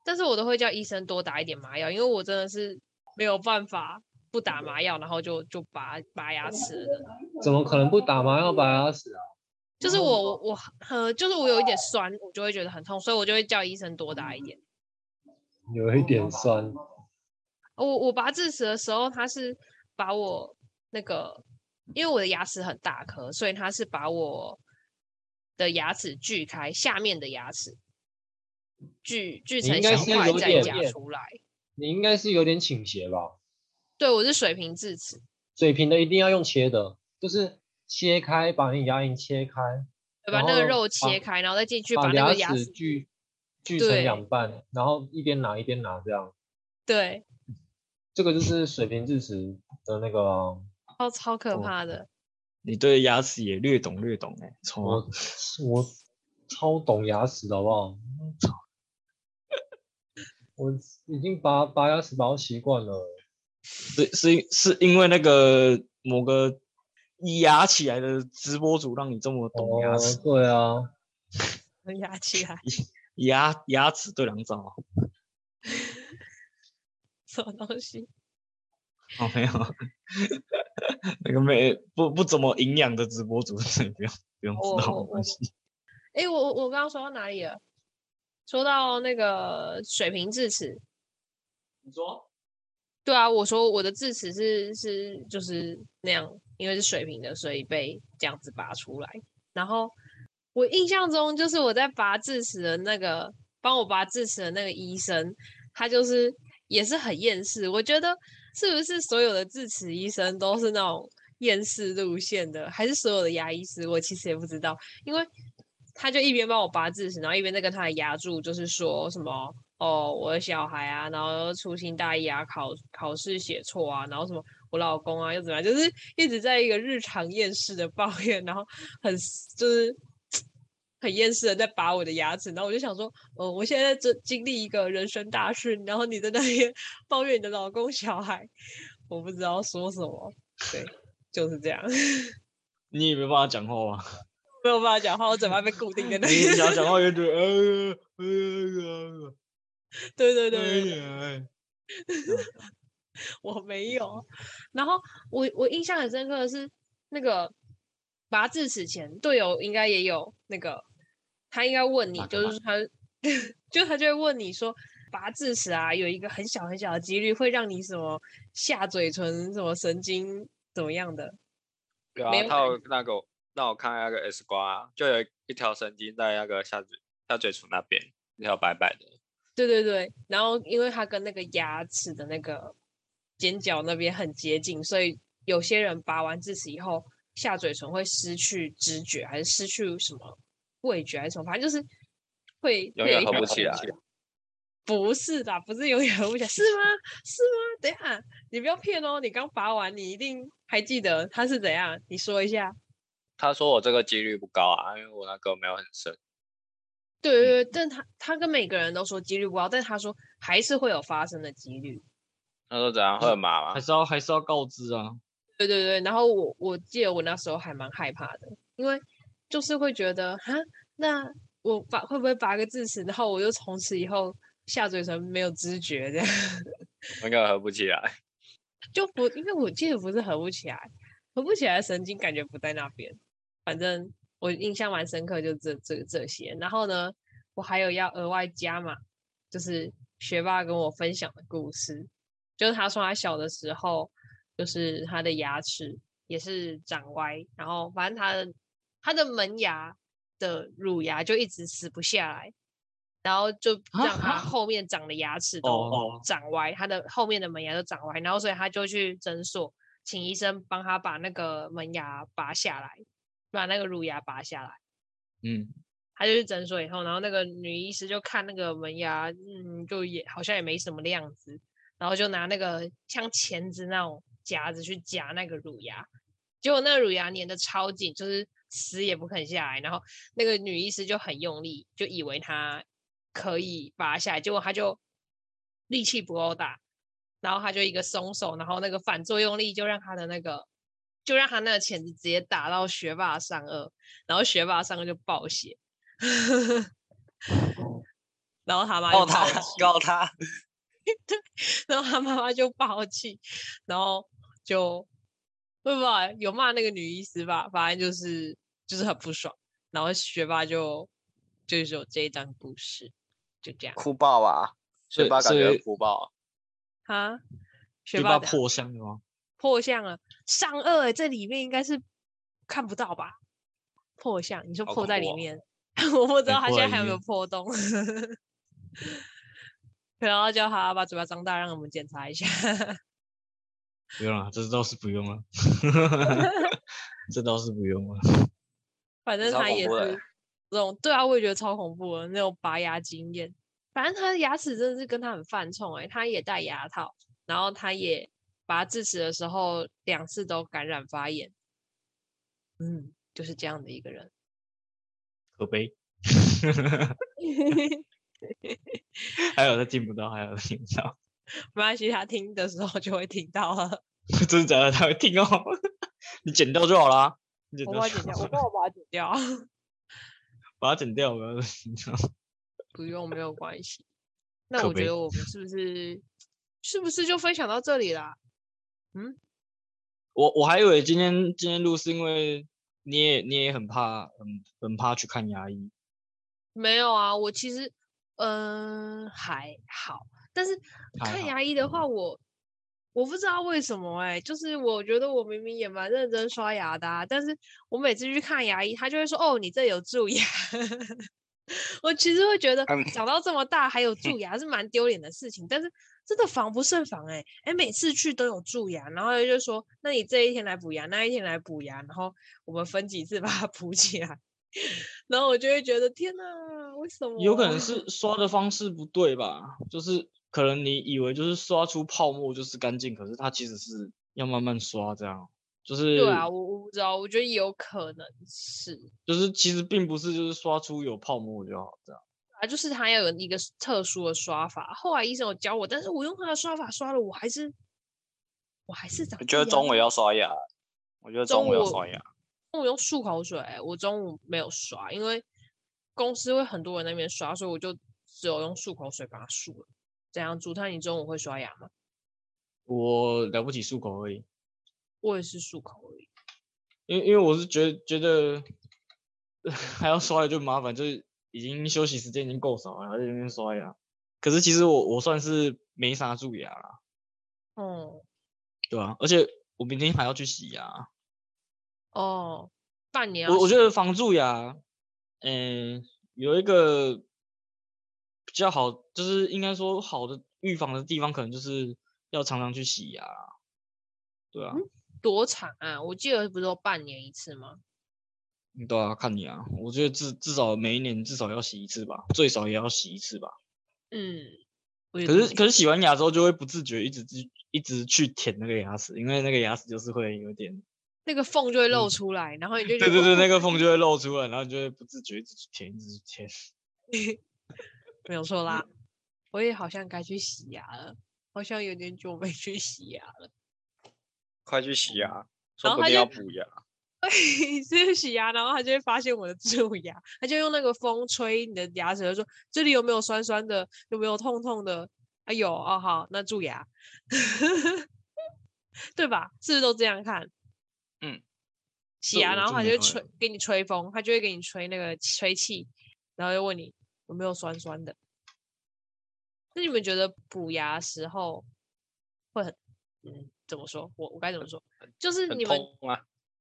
Speaker 1: 但是我都会叫医生多打一点麻药，因为我真的是没有办法不打麻药，然后就就拔拔牙齿的人。
Speaker 4: 怎么可能不打麻药拔牙齿啊？
Speaker 1: 就是我我我呃，就是我有一点酸，我就会觉得很痛，所以我就会叫医生多打一
Speaker 4: 嗯
Speaker 1: 点。
Speaker 4: 有一点酸，
Speaker 1: 啊我我拔智齿的时候，他是把我那个，因为我的牙齿很大颗，所以他是把我的牙齿锯开，下面的牙齿锯锯
Speaker 4: 你
Speaker 1: 成
Speaker 4: 应
Speaker 1: 小
Speaker 4: 该是
Speaker 1: 块
Speaker 4: 有
Speaker 1: 再
Speaker 4: 点
Speaker 1: 夹
Speaker 4: 面
Speaker 1: 出来。
Speaker 4: 你应该是有点倾斜吧？
Speaker 1: 对，我是水平智齿，
Speaker 4: 水平的一定要用切的，就是切开，把你牙龈切开，
Speaker 1: 对把
Speaker 4: 然
Speaker 1: 那个
Speaker 4: 后
Speaker 1: 肉
Speaker 4: 哦把
Speaker 1: 切开，然后再进去
Speaker 4: 把
Speaker 1: 那个牙
Speaker 4: 齿
Speaker 1: 齿
Speaker 4: 锯锯成
Speaker 1: 对
Speaker 4: 两半，然后一边拿一边拿这样，
Speaker 1: 对，
Speaker 4: 这个就是水平智齿的那个啊。
Speaker 1: 超超可
Speaker 3: 哦
Speaker 1: 怕的。
Speaker 3: 你对牙齿也略懂略懂哎、欸，从
Speaker 4: 我我超懂牙齿的好不好？我已经拔拔牙齿拔到习惯了，
Speaker 3: 是是是因为那个某个牙起来的直播主让你这么懂牙齿
Speaker 4: 哦，，对啊，
Speaker 1: 牙起 来
Speaker 3: 牙牙齿对狼照啊？
Speaker 1: 什么东西？
Speaker 3: 哦，没有，那个没不不怎么营养的直播主，所以不用不用
Speaker 1: 我
Speaker 3: 知道
Speaker 1: 哦我
Speaker 3: 没
Speaker 1: 我
Speaker 3: 关系。
Speaker 1: 诶，我我刚刚说到哪里了？说到那个水平智齿，
Speaker 3: 你说
Speaker 1: 对啊，我说我的智齿是是就是那样，因为是水平的，所以被这样子拔出来。然后我印象中就是我在拔智齿的那个帮我拔智齿的那个医生，他就是也是很厌世。我觉得是不是所有的智齿医生都是那种厌世路线的，还是所有的牙医师？我其实也不知道，因为他就一边帮我拔智齿，然后一边在跟他的牙柱就是说什么哦，我的小孩啊，然后粗心大意啊，考考试写错啊，然后什么我老公啊又怎么样，就是一直在一个日常厌世的抱怨，然后很就是。很厌世的在拔我的牙齿，然后我就想说，哦，我现在在这经历一个人生大事，然后你在那边 抱怨你的老公、小孩，我不知道说什么。对，就是这样，
Speaker 3: 你也没办法讲话啊，
Speaker 1: 没有办法讲话，我嘴巴被固定在那
Speaker 3: 你
Speaker 1: 里。
Speaker 3: 一想讲话就觉得呃呃
Speaker 1: 对对对
Speaker 3: 呃
Speaker 1: 对，
Speaker 3: 呃，
Speaker 1: 我没有。然后我我印象很深刻的是，那个拔智齿前，队友应该也有那个，他应该问你
Speaker 3: 哪，个
Speaker 1: 就
Speaker 3: 嘛
Speaker 1: 是他， 就他就会问你说，拔智齿啊，有一个很小很小的几率会让你什么下嘴唇什么神经怎么样的。
Speaker 2: 对
Speaker 1: 没
Speaker 2: 啊，
Speaker 1: 有感
Speaker 2: 他有那个，那我看那个 X 光啊，就有一条神经在那个下嘴下嘴唇那边，一条白白的。
Speaker 1: 对对对，然后因为它跟那个牙齿的那个尖角那边很接近，所以有些人拔完智齿以后，下嘴唇会失去知觉，还是失去什么味觉还是什么，反正就是会
Speaker 2: 永
Speaker 1: 会有
Speaker 2: 远
Speaker 1: 一
Speaker 2: 合
Speaker 1: 条
Speaker 2: 不起来。
Speaker 1: 不是的，不是永远合不起来，是吗？是吗？等一下你不要骗哦，你刚拔完，你一定还记得它是怎样，你说一下。
Speaker 2: 他说我这个几率不高啊，因为我那个没有很深。
Speaker 1: 对对对，但他他跟每个人都说几率不高，但他说还是会有发生的几率。
Speaker 2: 他说怎样会很麻吗
Speaker 3: 还？是要还是要告知啊。
Speaker 1: 对对对，然后我我记得我那时候还蛮害怕的，因为就是会觉得哈，那我拔会不会拔个智齿，然后我就从此以后下嘴唇没有知觉这样，
Speaker 2: 那个合不起来。
Speaker 1: 就不因为我记得不是合不起来，合不起来的神经感觉不在那边。反正我印象蛮深刻，就这这这些。然后呢，我还有要额外加码，就是学霸跟我分享的故事，就是他说他小的时候，就是他的牙齿也是长歪，然后反正他的他的门牙的乳牙就一直死不下来，然后就
Speaker 3: 啊
Speaker 1: 让他
Speaker 3: 啊
Speaker 1: 后面长的牙齿
Speaker 3: 哦
Speaker 1: 都
Speaker 3: 哦
Speaker 1: 长歪，他的后面的门牙都长歪，然后所以他就去诊所请医生帮他把那个门牙拔下来，把那个乳牙拔下来。
Speaker 3: 嗯，
Speaker 1: 他就去诊所以后，然后那个女医师就看那个门牙，嗯，就也好像也没什么的样子，然后就拿那个像钳子那种夹子去夹那个乳牙，结果那个乳牙粘的超紧，就是死也不肯下来。然后那个女医师就很用力，就以为她可以拔下来，结果她就力气不够大，然后她就一个松手，然后那个反作用力就让她的那个。就让她那个钳子直接打到学霸的上颚，然后学霸的上颚就爆血， 然后他妈就
Speaker 5: 告
Speaker 2: 哦
Speaker 5: 他
Speaker 1: 爆气，
Speaker 5: 告他，
Speaker 1: 然后他妈妈就爆气，然后就不不有骂那个女医师吧，反正就是就是很不爽，然后学霸就就是有这一段故事，就这样
Speaker 5: 哭爆吧，
Speaker 3: 所
Speaker 5: 学
Speaker 3: 以
Speaker 5: 霸感觉
Speaker 3: 所
Speaker 5: 很
Speaker 3: 以
Speaker 5: 哭爆，
Speaker 1: 哈，学
Speaker 3: 学
Speaker 1: 霸
Speaker 3: 霸
Speaker 1: 怎样
Speaker 3: 破相了吗？
Speaker 1: 破相了，上颚欸这里面应该是看不到吧？破相，你说
Speaker 2: 好
Speaker 1: 破在
Speaker 2: 酷
Speaker 1: 里
Speaker 2: 哦
Speaker 1: 面， 我不知
Speaker 3: 哎
Speaker 1: 道他
Speaker 3: 破
Speaker 1: 现
Speaker 3: 在
Speaker 1: 在
Speaker 3: 里
Speaker 1: 还有没有
Speaker 3: 面
Speaker 1: 破洞， 可能要叫他把嘴巴张大，让我们检查一下。
Speaker 3: 不用了，这倒是 不用了，这倒是不用了。
Speaker 1: 反正
Speaker 5: 超
Speaker 1: 他
Speaker 5: 恐
Speaker 1: 也
Speaker 5: 怖的
Speaker 3: 欸
Speaker 1: 是这种，对啊，我也觉得超恐怖的那种拔牙经验。反正他的牙齿真的是跟他很犯冲哎、他也戴牙套，然后他也拔智齿的时候两次都感染发炎，嗯，就是这样的一个 人。
Speaker 3: 可悲。还有他听不到，还有他听不到，
Speaker 1: 没关系，他听的时候就会听到了。
Speaker 3: 真的假的？他会听哦， 你剪掉就好啦，你剪
Speaker 1: 我
Speaker 3: 掉
Speaker 1: 把它
Speaker 3: 就
Speaker 1: 剪掉，
Speaker 3: 好
Speaker 1: 我
Speaker 3: 了
Speaker 1: 帮我把它剪掉，啊
Speaker 3: 把它剪掉，不要听到。
Speaker 1: 不用没有关系。那
Speaker 3: 可
Speaker 1: 我觉
Speaker 3: 悲
Speaker 1: 得我们是不是是不是就分享到这里啦？
Speaker 3: 我我还以为今天今天录是因为你也你也很怕，很很怕去看牙医。
Speaker 1: 没有啊，我其实嗯、呃还好，但是
Speaker 3: 还
Speaker 1: 看
Speaker 3: 好嗯
Speaker 1: 牙医的话，我我不知道为什么哎、就是我觉得我明明也蛮认真刷牙的、啊，但是我每次去看牙医，他就会说哦，你这有蛀牙。 我其实会觉得
Speaker 5: 嗯
Speaker 1: 长到这么大还有蛀牙是蛮丢脸的事情，但是真的防不胜防哎、欸、哎，每次去都有蛀牙，然后他就说那你这一天来补牙，那一天来补牙，然后我们分几次把 它补起来，然后我就会觉得天哪，为什么？
Speaker 3: 有可能是刷的方式不对吧？就是可能你以为就是刷出泡沫就是干净，可是它其实是要慢慢刷这样。就是
Speaker 1: 对啊，我我不知道，我觉得有可能是
Speaker 3: 就是其实并不是就是刷出有泡沫就好这样。
Speaker 1: 啊，就是它要有一个特殊的刷法。后来医生有教我，但是我用他的刷法刷了，我还是我还是长
Speaker 5: 我
Speaker 1: 蛀
Speaker 5: 觉得
Speaker 1: 牙
Speaker 5: 中午
Speaker 1: 欸
Speaker 5: 要刷牙，我觉得
Speaker 1: 中
Speaker 5: 中午要
Speaker 1: 午
Speaker 5: 刷牙，
Speaker 1: 我用漱口水，我中午没有刷，因为公司会很多人在那边刷，所以我就只有用漱口水把它漱了。怎样，竹炭？你中午会刷牙吗？
Speaker 3: 我了不起漱口而已，
Speaker 1: 我也是漱口而已。
Speaker 3: 因为因为我是觉得觉得还要刷牙就麻烦，就是已经休息时间已经够少了，还在那边刷牙。可是其实我我算是没啥蛀牙啦，
Speaker 1: 哦、
Speaker 3: 对啊，而且我明天还要去洗牙。
Speaker 1: 哦，半年
Speaker 3: 我我觉得防蛀牙，嗯、有一个比较好，就是应该说好的预防的地方，可能就是要常常去洗牙啦。对啊，
Speaker 1: 多长啊？我记得不是都半年一次吗？
Speaker 3: 嗯对啊，看你啊，我觉得至至少每一年至少要洗一次吧，最少也要洗一次吧。
Speaker 1: 嗯，可
Speaker 3: 可是可是洗完牙之后就会不自觉一直去一直去舔那个牙齿，因为那个牙齿就是会有点，
Speaker 1: 那个缝就会露
Speaker 3: 嗯
Speaker 1: 出来，然后你就觉
Speaker 3: 对
Speaker 1: 得
Speaker 3: 对对，
Speaker 1: 哦
Speaker 3: 那个缝就会露出来，然后你就会不自觉一直去舔，一直去舔。
Speaker 1: 没有错啦。我也好像该去洗牙了，好像有点久没去洗牙了。
Speaker 2: 快去洗
Speaker 3: 嗯
Speaker 2: 牙，
Speaker 1: 然
Speaker 2: 说
Speaker 1: 后
Speaker 2: 不
Speaker 1: 他
Speaker 2: 定
Speaker 1: 就
Speaker 2: 要补牙。
Speaker 1: 去洗牙，然后 他就会发现我的蛀牙，他就用那个风吹你的牙齿，就说这里有没有酸酸的，有没有痛痛的？啊有哦， 好，那蛀牙，对吧？是不是都这样看？
Speaker 2: 嗯，
Speaker 1: 洗
Speaker 3: 这
Speaker 1: 牙，
Speaker 3: 我
Speaker 1: 然后
Speaker 3: 就
Speaker 1: 他就
Speaker 3: 没
Speaker 1: 会
Speaker 3: 有欸
Speaker 1: 吹给你吹风，他就会给你吹那个吹气，然后就问你有没有酸酸的。那你们觉得补牙的时候会很嗯怎么说？我我该怎么说？就是
Speaker 2: 很
Speaker 1: 你们
Speaker 2: 痛啊，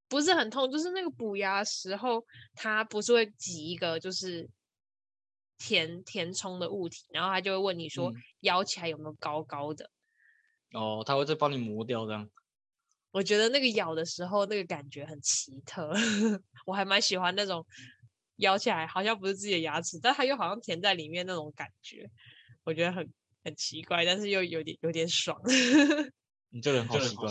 Speaker 1: 不是很痛，就是那个补牙的时候，它不是会挤一个就是填填充的物体，然后他就会问你说
Speaker 3: 嗯
Speaker 1: 咬起来有没有高高的。
Speaker 3: 哦，他会再帮你磨掉这样。
Speaker 1: 我觉得那个咬的时候那个感觉很奇特， 我还蛮喜欢那种咬起来好像不是自己的牙齿，但它又好像填在里面那种感觉，我觉得很很奇怪，但是又有点有点爽。
Speaker 3: 你这人好奇怪，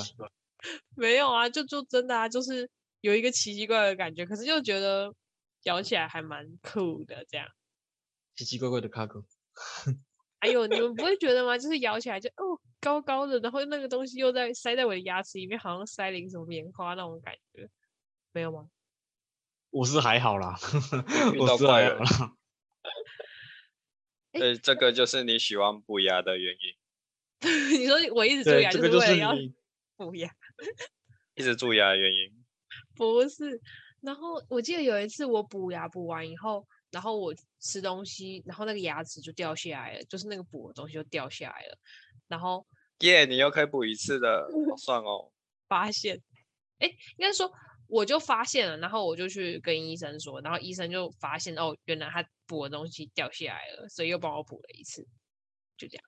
Speaker 1: 没有啊，就就真的啊，就是有一个奇奇怪怪的感觉，可是又觉得咬起来还蛮酷的这样。
Speaker 3: 奇奇怪怪的卡哥。
Speaker 1: 哎呦，你们不会觉得吗？就是咬起来就哦高高的，然后那个东西又在塞在我的牙齿里面，好像塞了一个什么棉花那种感觉，没有吗？
Speaker 3: 我是还好啦，
Speaker 2: 遇
Speaker 3: 我
Speaker 2: 到
Speaker 3: 是啊
Speaker 2: 怪
Speaker 3: 还
Speaker 2: 人
Speaker 3: 好 啦。
Speaker 1: 哎
Speaker 2: 呃，这个就是你喜欢补牙的原因，
Speaker 1: 你说我一直蛀
Speaker 3: 对，
Speaker 1: 牙就
Speaker 3: 这个
Speaker 1: 是
Speaker 3: 就
Speaker 1: 为
Speaker 3: 是
Speaker 1: 了要
Speaker 3: 你
Speaker 1: 补牙，
Speaker 2: 一直蛀牙的原因。
Speaker 1: 不是。然后我记得有一次我补牙补完以后，然后我吃东西，然后那个牙齿就掉下来了，就是那个补的东西就掉下来了，然后
Speaker 2: 耶、你又可以补一次的，好爽哦！
Speaker 1: 发现，哎，应该说我就发现了，然后我就去跟医生说，然后医生就发现哦，原来他补的东西掉下来了，所以又帮我补了一次，就这样。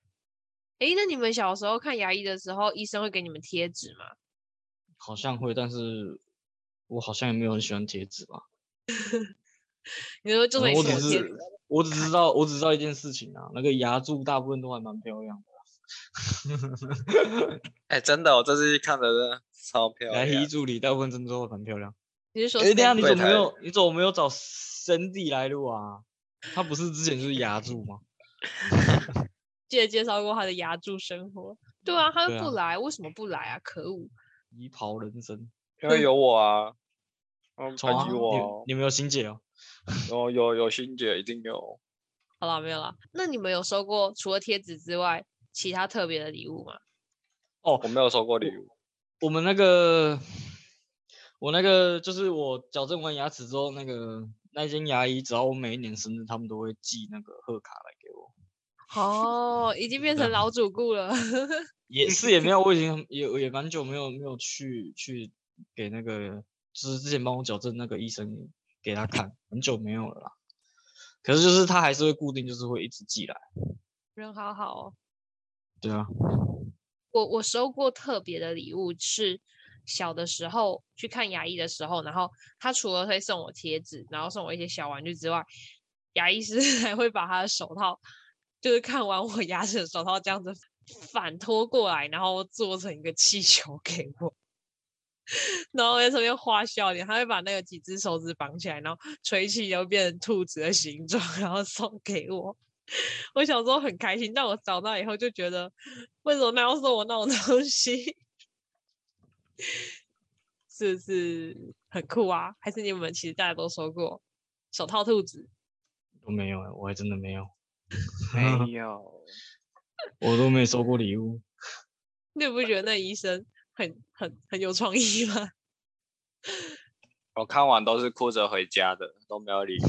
Speaker 1: 哎，那你们小时候看牙医的时候，医生会给你们贴纸吗？
Speaker 3: 好像会，但是我好像也没有很喜欢贴纸吧。
Speaker 1: 你说就
Speaker 3: 嗯
Speaker 1: 算你
Speaker 3: 我
Speaker 1: 是
Speaker 3: 只
Speaker 1: 我贴
Speaker 3: 是
Speaker 1: 纸，
Speaker 3: 我只知道，我只知道一件事情啊，那个牙柱大部分都还蛮漂亮的。
Speaker 2: 哎、真的、哦，我这次看的真的超漂
Speaker 3: 牙医
Speaker 2: 亮。
Speaker 3: 助理大部分真的都还蛮漂亮。
Speaker 1: 你是说
Speaker 3: 哎、等一下
Speaker 1: Stanley
Speaker 3: 你
Speaker 2: 柜
Speaker 3: 怎么没
Speaker 2: 台
Speaker 3: 有？你怎么没有找 Cindy 来录啊？他不是之前就是牙柱吗？
Speaker 1: 记得介绍过他的牙柱生活。对啊，他
Speaker 3: 对
Speaker 1: 又
Speaker 3: 啊
Speaker 1: 不来，为什么不来啊？可恶！
Speaker 3: 移袍人生，
Speaker 2: 因为有我啊，嗯，
Speaker 3: 从啊，
Speaker 2: 还有我哦
Speaker 3: 你你没有欣姐哦？
Speaker 2: 有有有欣姐一定有，
Speaker 1: 好啦，没有啦。那你们有收过除了贴纸之外其他特别的礼物吗？
Speaker 2: 我没有收过礼物，
Speaker 3: 我们那个，我那个就是我矫正完牙齿之后，那个那间牙医，只要我每一年生日，他们都会寄那个贺卡来给我。
Speaker 1: 哦，已经变成
Speaker 3: 啊
Speaker 1: 老主顾了。
Speaker 3: 也是也没有，我已经也也蛮久没有没有去去给那个，就是之前帮我矫正那个医生给他看，很久没有了啦。可是就是他还是会固定，就是会一直寄来。
Speaker 1: 人好好哦。
Speaker 3: 对啊，
Speaker 1: 我我收过特别的礼物是小的时候去看牙医的时候，然后他除了会送我贴纸，然后送我一些小玩具之外，牙医师 还会把他的手套，就是看完我牙齿的手套这样子反拖过来，然后做成一个气球给我。然后我在上面画笑脸，他会把那个几只手指绑起来，然后吹气，然后变成兔子的形状，然后送给我。 我小时候很开心，但我长大以后就觉得，为什么那要送我那种 东西？是不是很酷啊？还是你们其实大家都收过手套兔子？
Speaker 3: 都没有欸，我还真的没有，嗯
Speaker 5: 没有，
Speaker 3: 我都没收过礼物。
Speaker 1: 你不觉得那医生很很很有创意吗？
Speaker 2: 我看完都是哭着回家的，都没有礼物。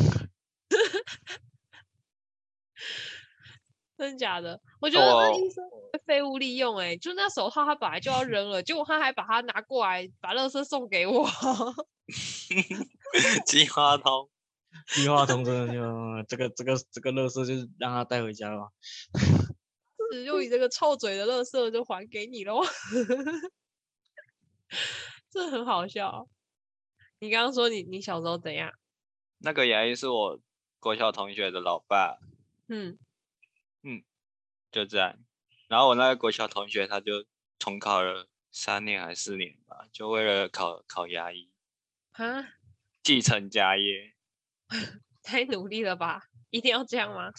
Speaker 1: 真的假的？我觉得那
Speaker 2: 我
Speaker 1: 医生废物利用、欸，哎，就那手套他本来就要扔了，结果他还把它拿过来，把垃圾送给我。
Speaker 2: 金花通，
Speaker 3: 计划通真的就这个这个这个乐色，就是让他带回家吧。
Speaker 1: 只就你这个臭嘴的乐色就还给你喽，这很好笑。你刚刚说你你小时候怎样？
Speaker 2: 那个牙医是我国小同学的老爸，
Speaker 1: 嗯，
Speaker 2: 就这样。然后我那个国小同学他就重考了三年还是四年吧，就为了考考牙医，
Speaker 1: 啊，
Speaker 2: 继承家业。
Speaker 1: 太努力了吧？一定要这样吗？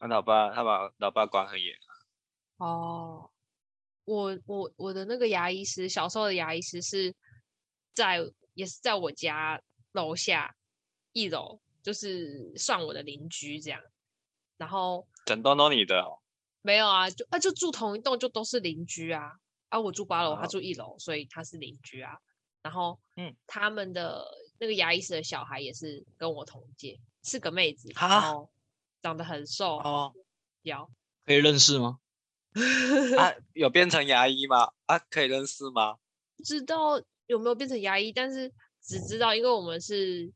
Speaker 2: 那老爸他把老爸管很严，啊
Speaker 1: 哦，我我我的那个牙医师，小时候的牙医师是在也是在我家楼下一楼，就是算我的邻居这样。然后
Speaker 2: 整栋都你的、哦，
Speaker 1: 没有啊，就啊就住同一栋，就都是邻居啊。啊，我住八楼，他
Speaker 2: 哦
Speaker 1: 住一楼，所以他是邻居啊。然后
Speaker 5: 嗯，
Speaker 1: 他们的那个牙医师的小孩也是跟我同届，是个妹子，然
Speaker 5: 哈
Speaker 1: 后长得很瘦，
Speaker 5: 哦
Speaker 1: 娇，
Speaker 3: 可以认识吗？
Speaker 2: 啊，有变成牙医吗？啊，可以认识吗？
Speaker 1: 不知道有没有变成牙医，但是只知道因为我们是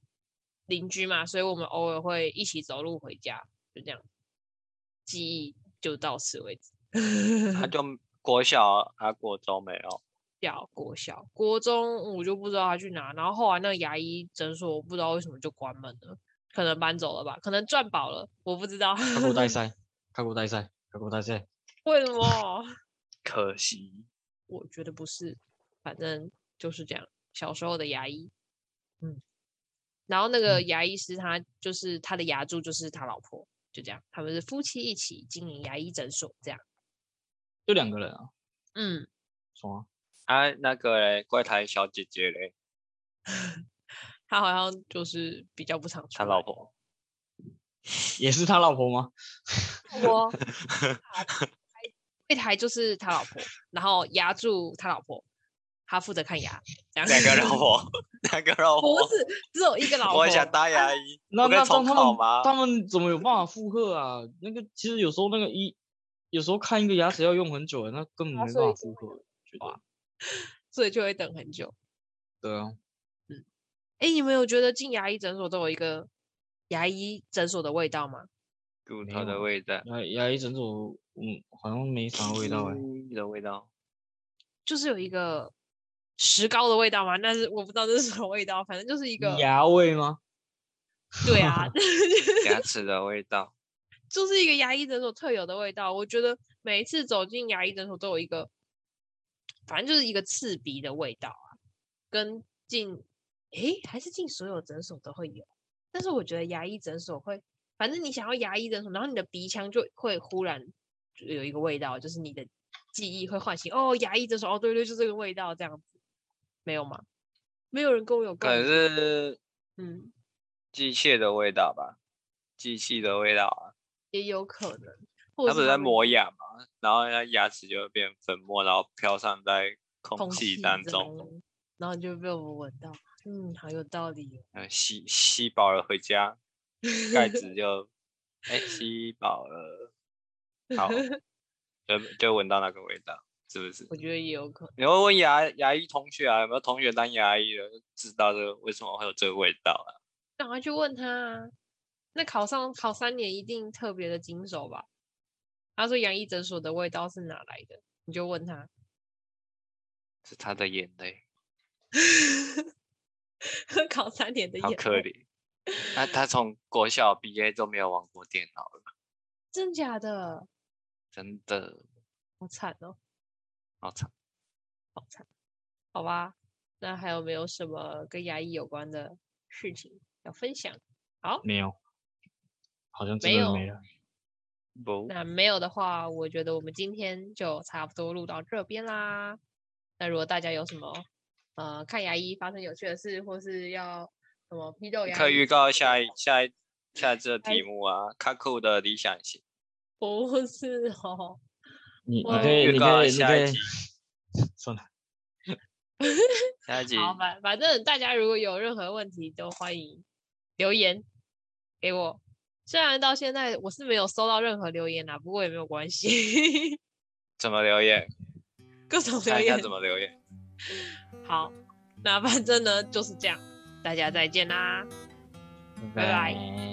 Speaker 1: 邻居嘛，所以我们偶尔会一起走路回家，就这样，记忆就到此为止。
Speaker 2: 他、啊就国小啊，国中没有。
Speaker 1: 小国小、国中我就不知道他去哪，然后后来那个牙医诊所我不知道为什么就关门了，可能搬走了吧，可能赚饱了，我不知道
Speaker 3: 卡
Speaker 2: 嗯
Speaker 3: 古 代赛，卡古代赛，卡古代赛，
Speaker 1: 为什么，
Speaker 2: 可惜，
Speaker 1: 我觉得不是，反正就是这样。小时候的牙医，嗯，然后那个
Speaker 2: 嗯
Speaker 1: 牙医师他就是他的牙柱就是他老婆，就这样，他们是夫妻一起经营牙医诊所这样，
Speaker 3: 就两个人啊，
Speaker 1: 嗯，
Speaker 3: 爽啊！
Speaker 2: 啊，那个嘞，怪谈小姐姐嘞，
Speaker 1: 他好像就是比较不常出
Speaker 2: 他老
Speaker 1: 来，
Speaker 2: 婆，
Speaker 3: 也是他老婆吗？
Speaker 1: 我 柜台就是他老婆，然后牙住他老婆，他负责看牙，这 样
Speaker 2: 两个老婆， 两个老
Speaker 1: 不
Speaker 2: 婆，
Speaker 1: 是只有一个老婆。
Speaker 2: 我也想当牙医，
Speaker 3: 那
Speaker 2: 我可以
Speaker 3: 那这
Speaker 2: 重
Speaker 3: 样他
Speaker 2: 考
Speaker 3: 们
Speaker 2: 吗？
Speaker 3: 他们怎么有办法负荷啊？那个其实有时候那个医，有时候看一个牙齿要用很久的，欸那根本
Speaker 1: 啊
Speaker 3: 没
Speaker 1: 所
Speaker 3: 办
Speaker 1: 以
Speaker 3: 法
Speaker 1: 就
Speaker 3: 负荷，觉得
Speaker 1: 所以就会等很久。
Speaker 3: 对啊，
Speaker 1: 哎，你们有觉得进牙医诊所都有一个牙医诊所的味道吗？
Speaker 2: 骨
Speaker 3: 没
Speaker 2: 头
Speaker 3: 有
Speaker 2: 的
Speaker 3: 啊
Speaker 2: 味道，
Speaker 3: 牙牙医诊所嗯好像没啥味道哎、
Speaker 2: 鸡的味道，
Speaker 1: 就是有一个石膏的味道吗？但是我不知道这是什么味道，反正就是一个
Speaker 3: 牙味吗？
Speaker 1: 对啊，
Speaker 2: 牙齿的 味道，
Speaker 1: 就是一个牙医诊所特有的味道。我觉得每一次走进牙医诊所都有一个，反正就是一个刺鼻的味道啊，跟进诶还是进所有诊所都会有，但是我觉得牙医诊所会，反正你想要牙医诊所，然后你的鼻腔就会忽然就有一个味道，就是你的记忆会唤醒哦，牙医诊所哦，对对，就这个味道这样子，没有吗？没有人跟我有共
Speaker 2: 可能
Speaker 1: 鸣，
Speaker 2: 是
Speaker 1: 嗯，
Speaker 2: 机械的味道吧，机器的味道啊，
Speaker 1: 也有可能，或
Speaker 2: 它
Speaker 1: 者是
Speaker 2: 不是在
Speaker 1: 他们
Speaker 2: 磨牙嘛，然后它牙齿就会变粉末，然后飘散在空
Speaker 1: 空
Speaker 2: 气
Speaker 1: 气
Speaker 2: 当中，，
Speaker 1: 然后你就被我们闻到，嗯，好有道理哦。
Speaker 2: 嗯，吸吸饱了回家，盖子就， 哎，吸饱了， 好，就就闻到那个味道，是不是？
Speaker 1: 我觉得也有可能，
Speaker 2: 你会问牙牙医同学啊，有没有同学当牙医的，就知道这个为什么会有这个味道啊？
Speaker 1: 赶快去问他啊。那考上考三年一定特别的经手吧？他说杨医诊所的味道是哪来的？你就问他。
Speaker 2: 是他的眼泪，
Speaker 1: 考三年的
Speaker 2: 好
Speaker 1: 眼
Speaker 2: 可
Speaker 1: 泪，
Speaker 2: 怜。那他从国小毕业都没有玩过电脑了，
Speaker 1: 真假的？
Speaker 2: 真的
Speaker 1: 好惨哦，
Speaker 2: 好惨。
Speaker 1: 好惨。好吧，那还有没有什么跟牙医有关的事情要分享？
Speaker 3: 没有，好像真
Speaker 1: 没
Speaker 3: 的
Speaker 1: 有
Speaker 3: 没了。
Speaker 2: 不，
Speaker 1: 那没有的话，我觉得我们今天就差不多录到这边啦。那如果大家有什么呃看牙医发生有趣的事，或是要什么批斗
Speaker 2: 你
Speaker 1: 牙医，哎
Speaker 2: 可以预告下一下一下一次的
Speaker 1: 下一
Speaker 2: 题目啊，卡酷的理想型，
Speaker 1: 不是 哦，
Speaker 3: 你你
Speaker 1: 我
Speaker 3: 可以
Speaker 2: 预
Speaker 3: 你
Speaker 2: 告
Speaker 3: 可以你
Speaker 2: 下
Speaker 3: 可
Speaker 2: 一
Speaker 3: 以
Speaker 2: 集，
Speaker 3: 算了，
Speaker 2: 下一集
Speaker 1: 好反反正大家如果有任何问题都欢迎留言给我。虽然到现在我是没有收到任何留言啦，不过也没有关系，
Speaker 2: 怎么 留言？
Speaker 1: 各种留
Speaker 2: 看一下
Speaker 1: 言
Speaker 2: 怎么留言。
Speaker 1: 好。那反正呢就是这样，大家再见啦。拜拜
Speaker 3: 拜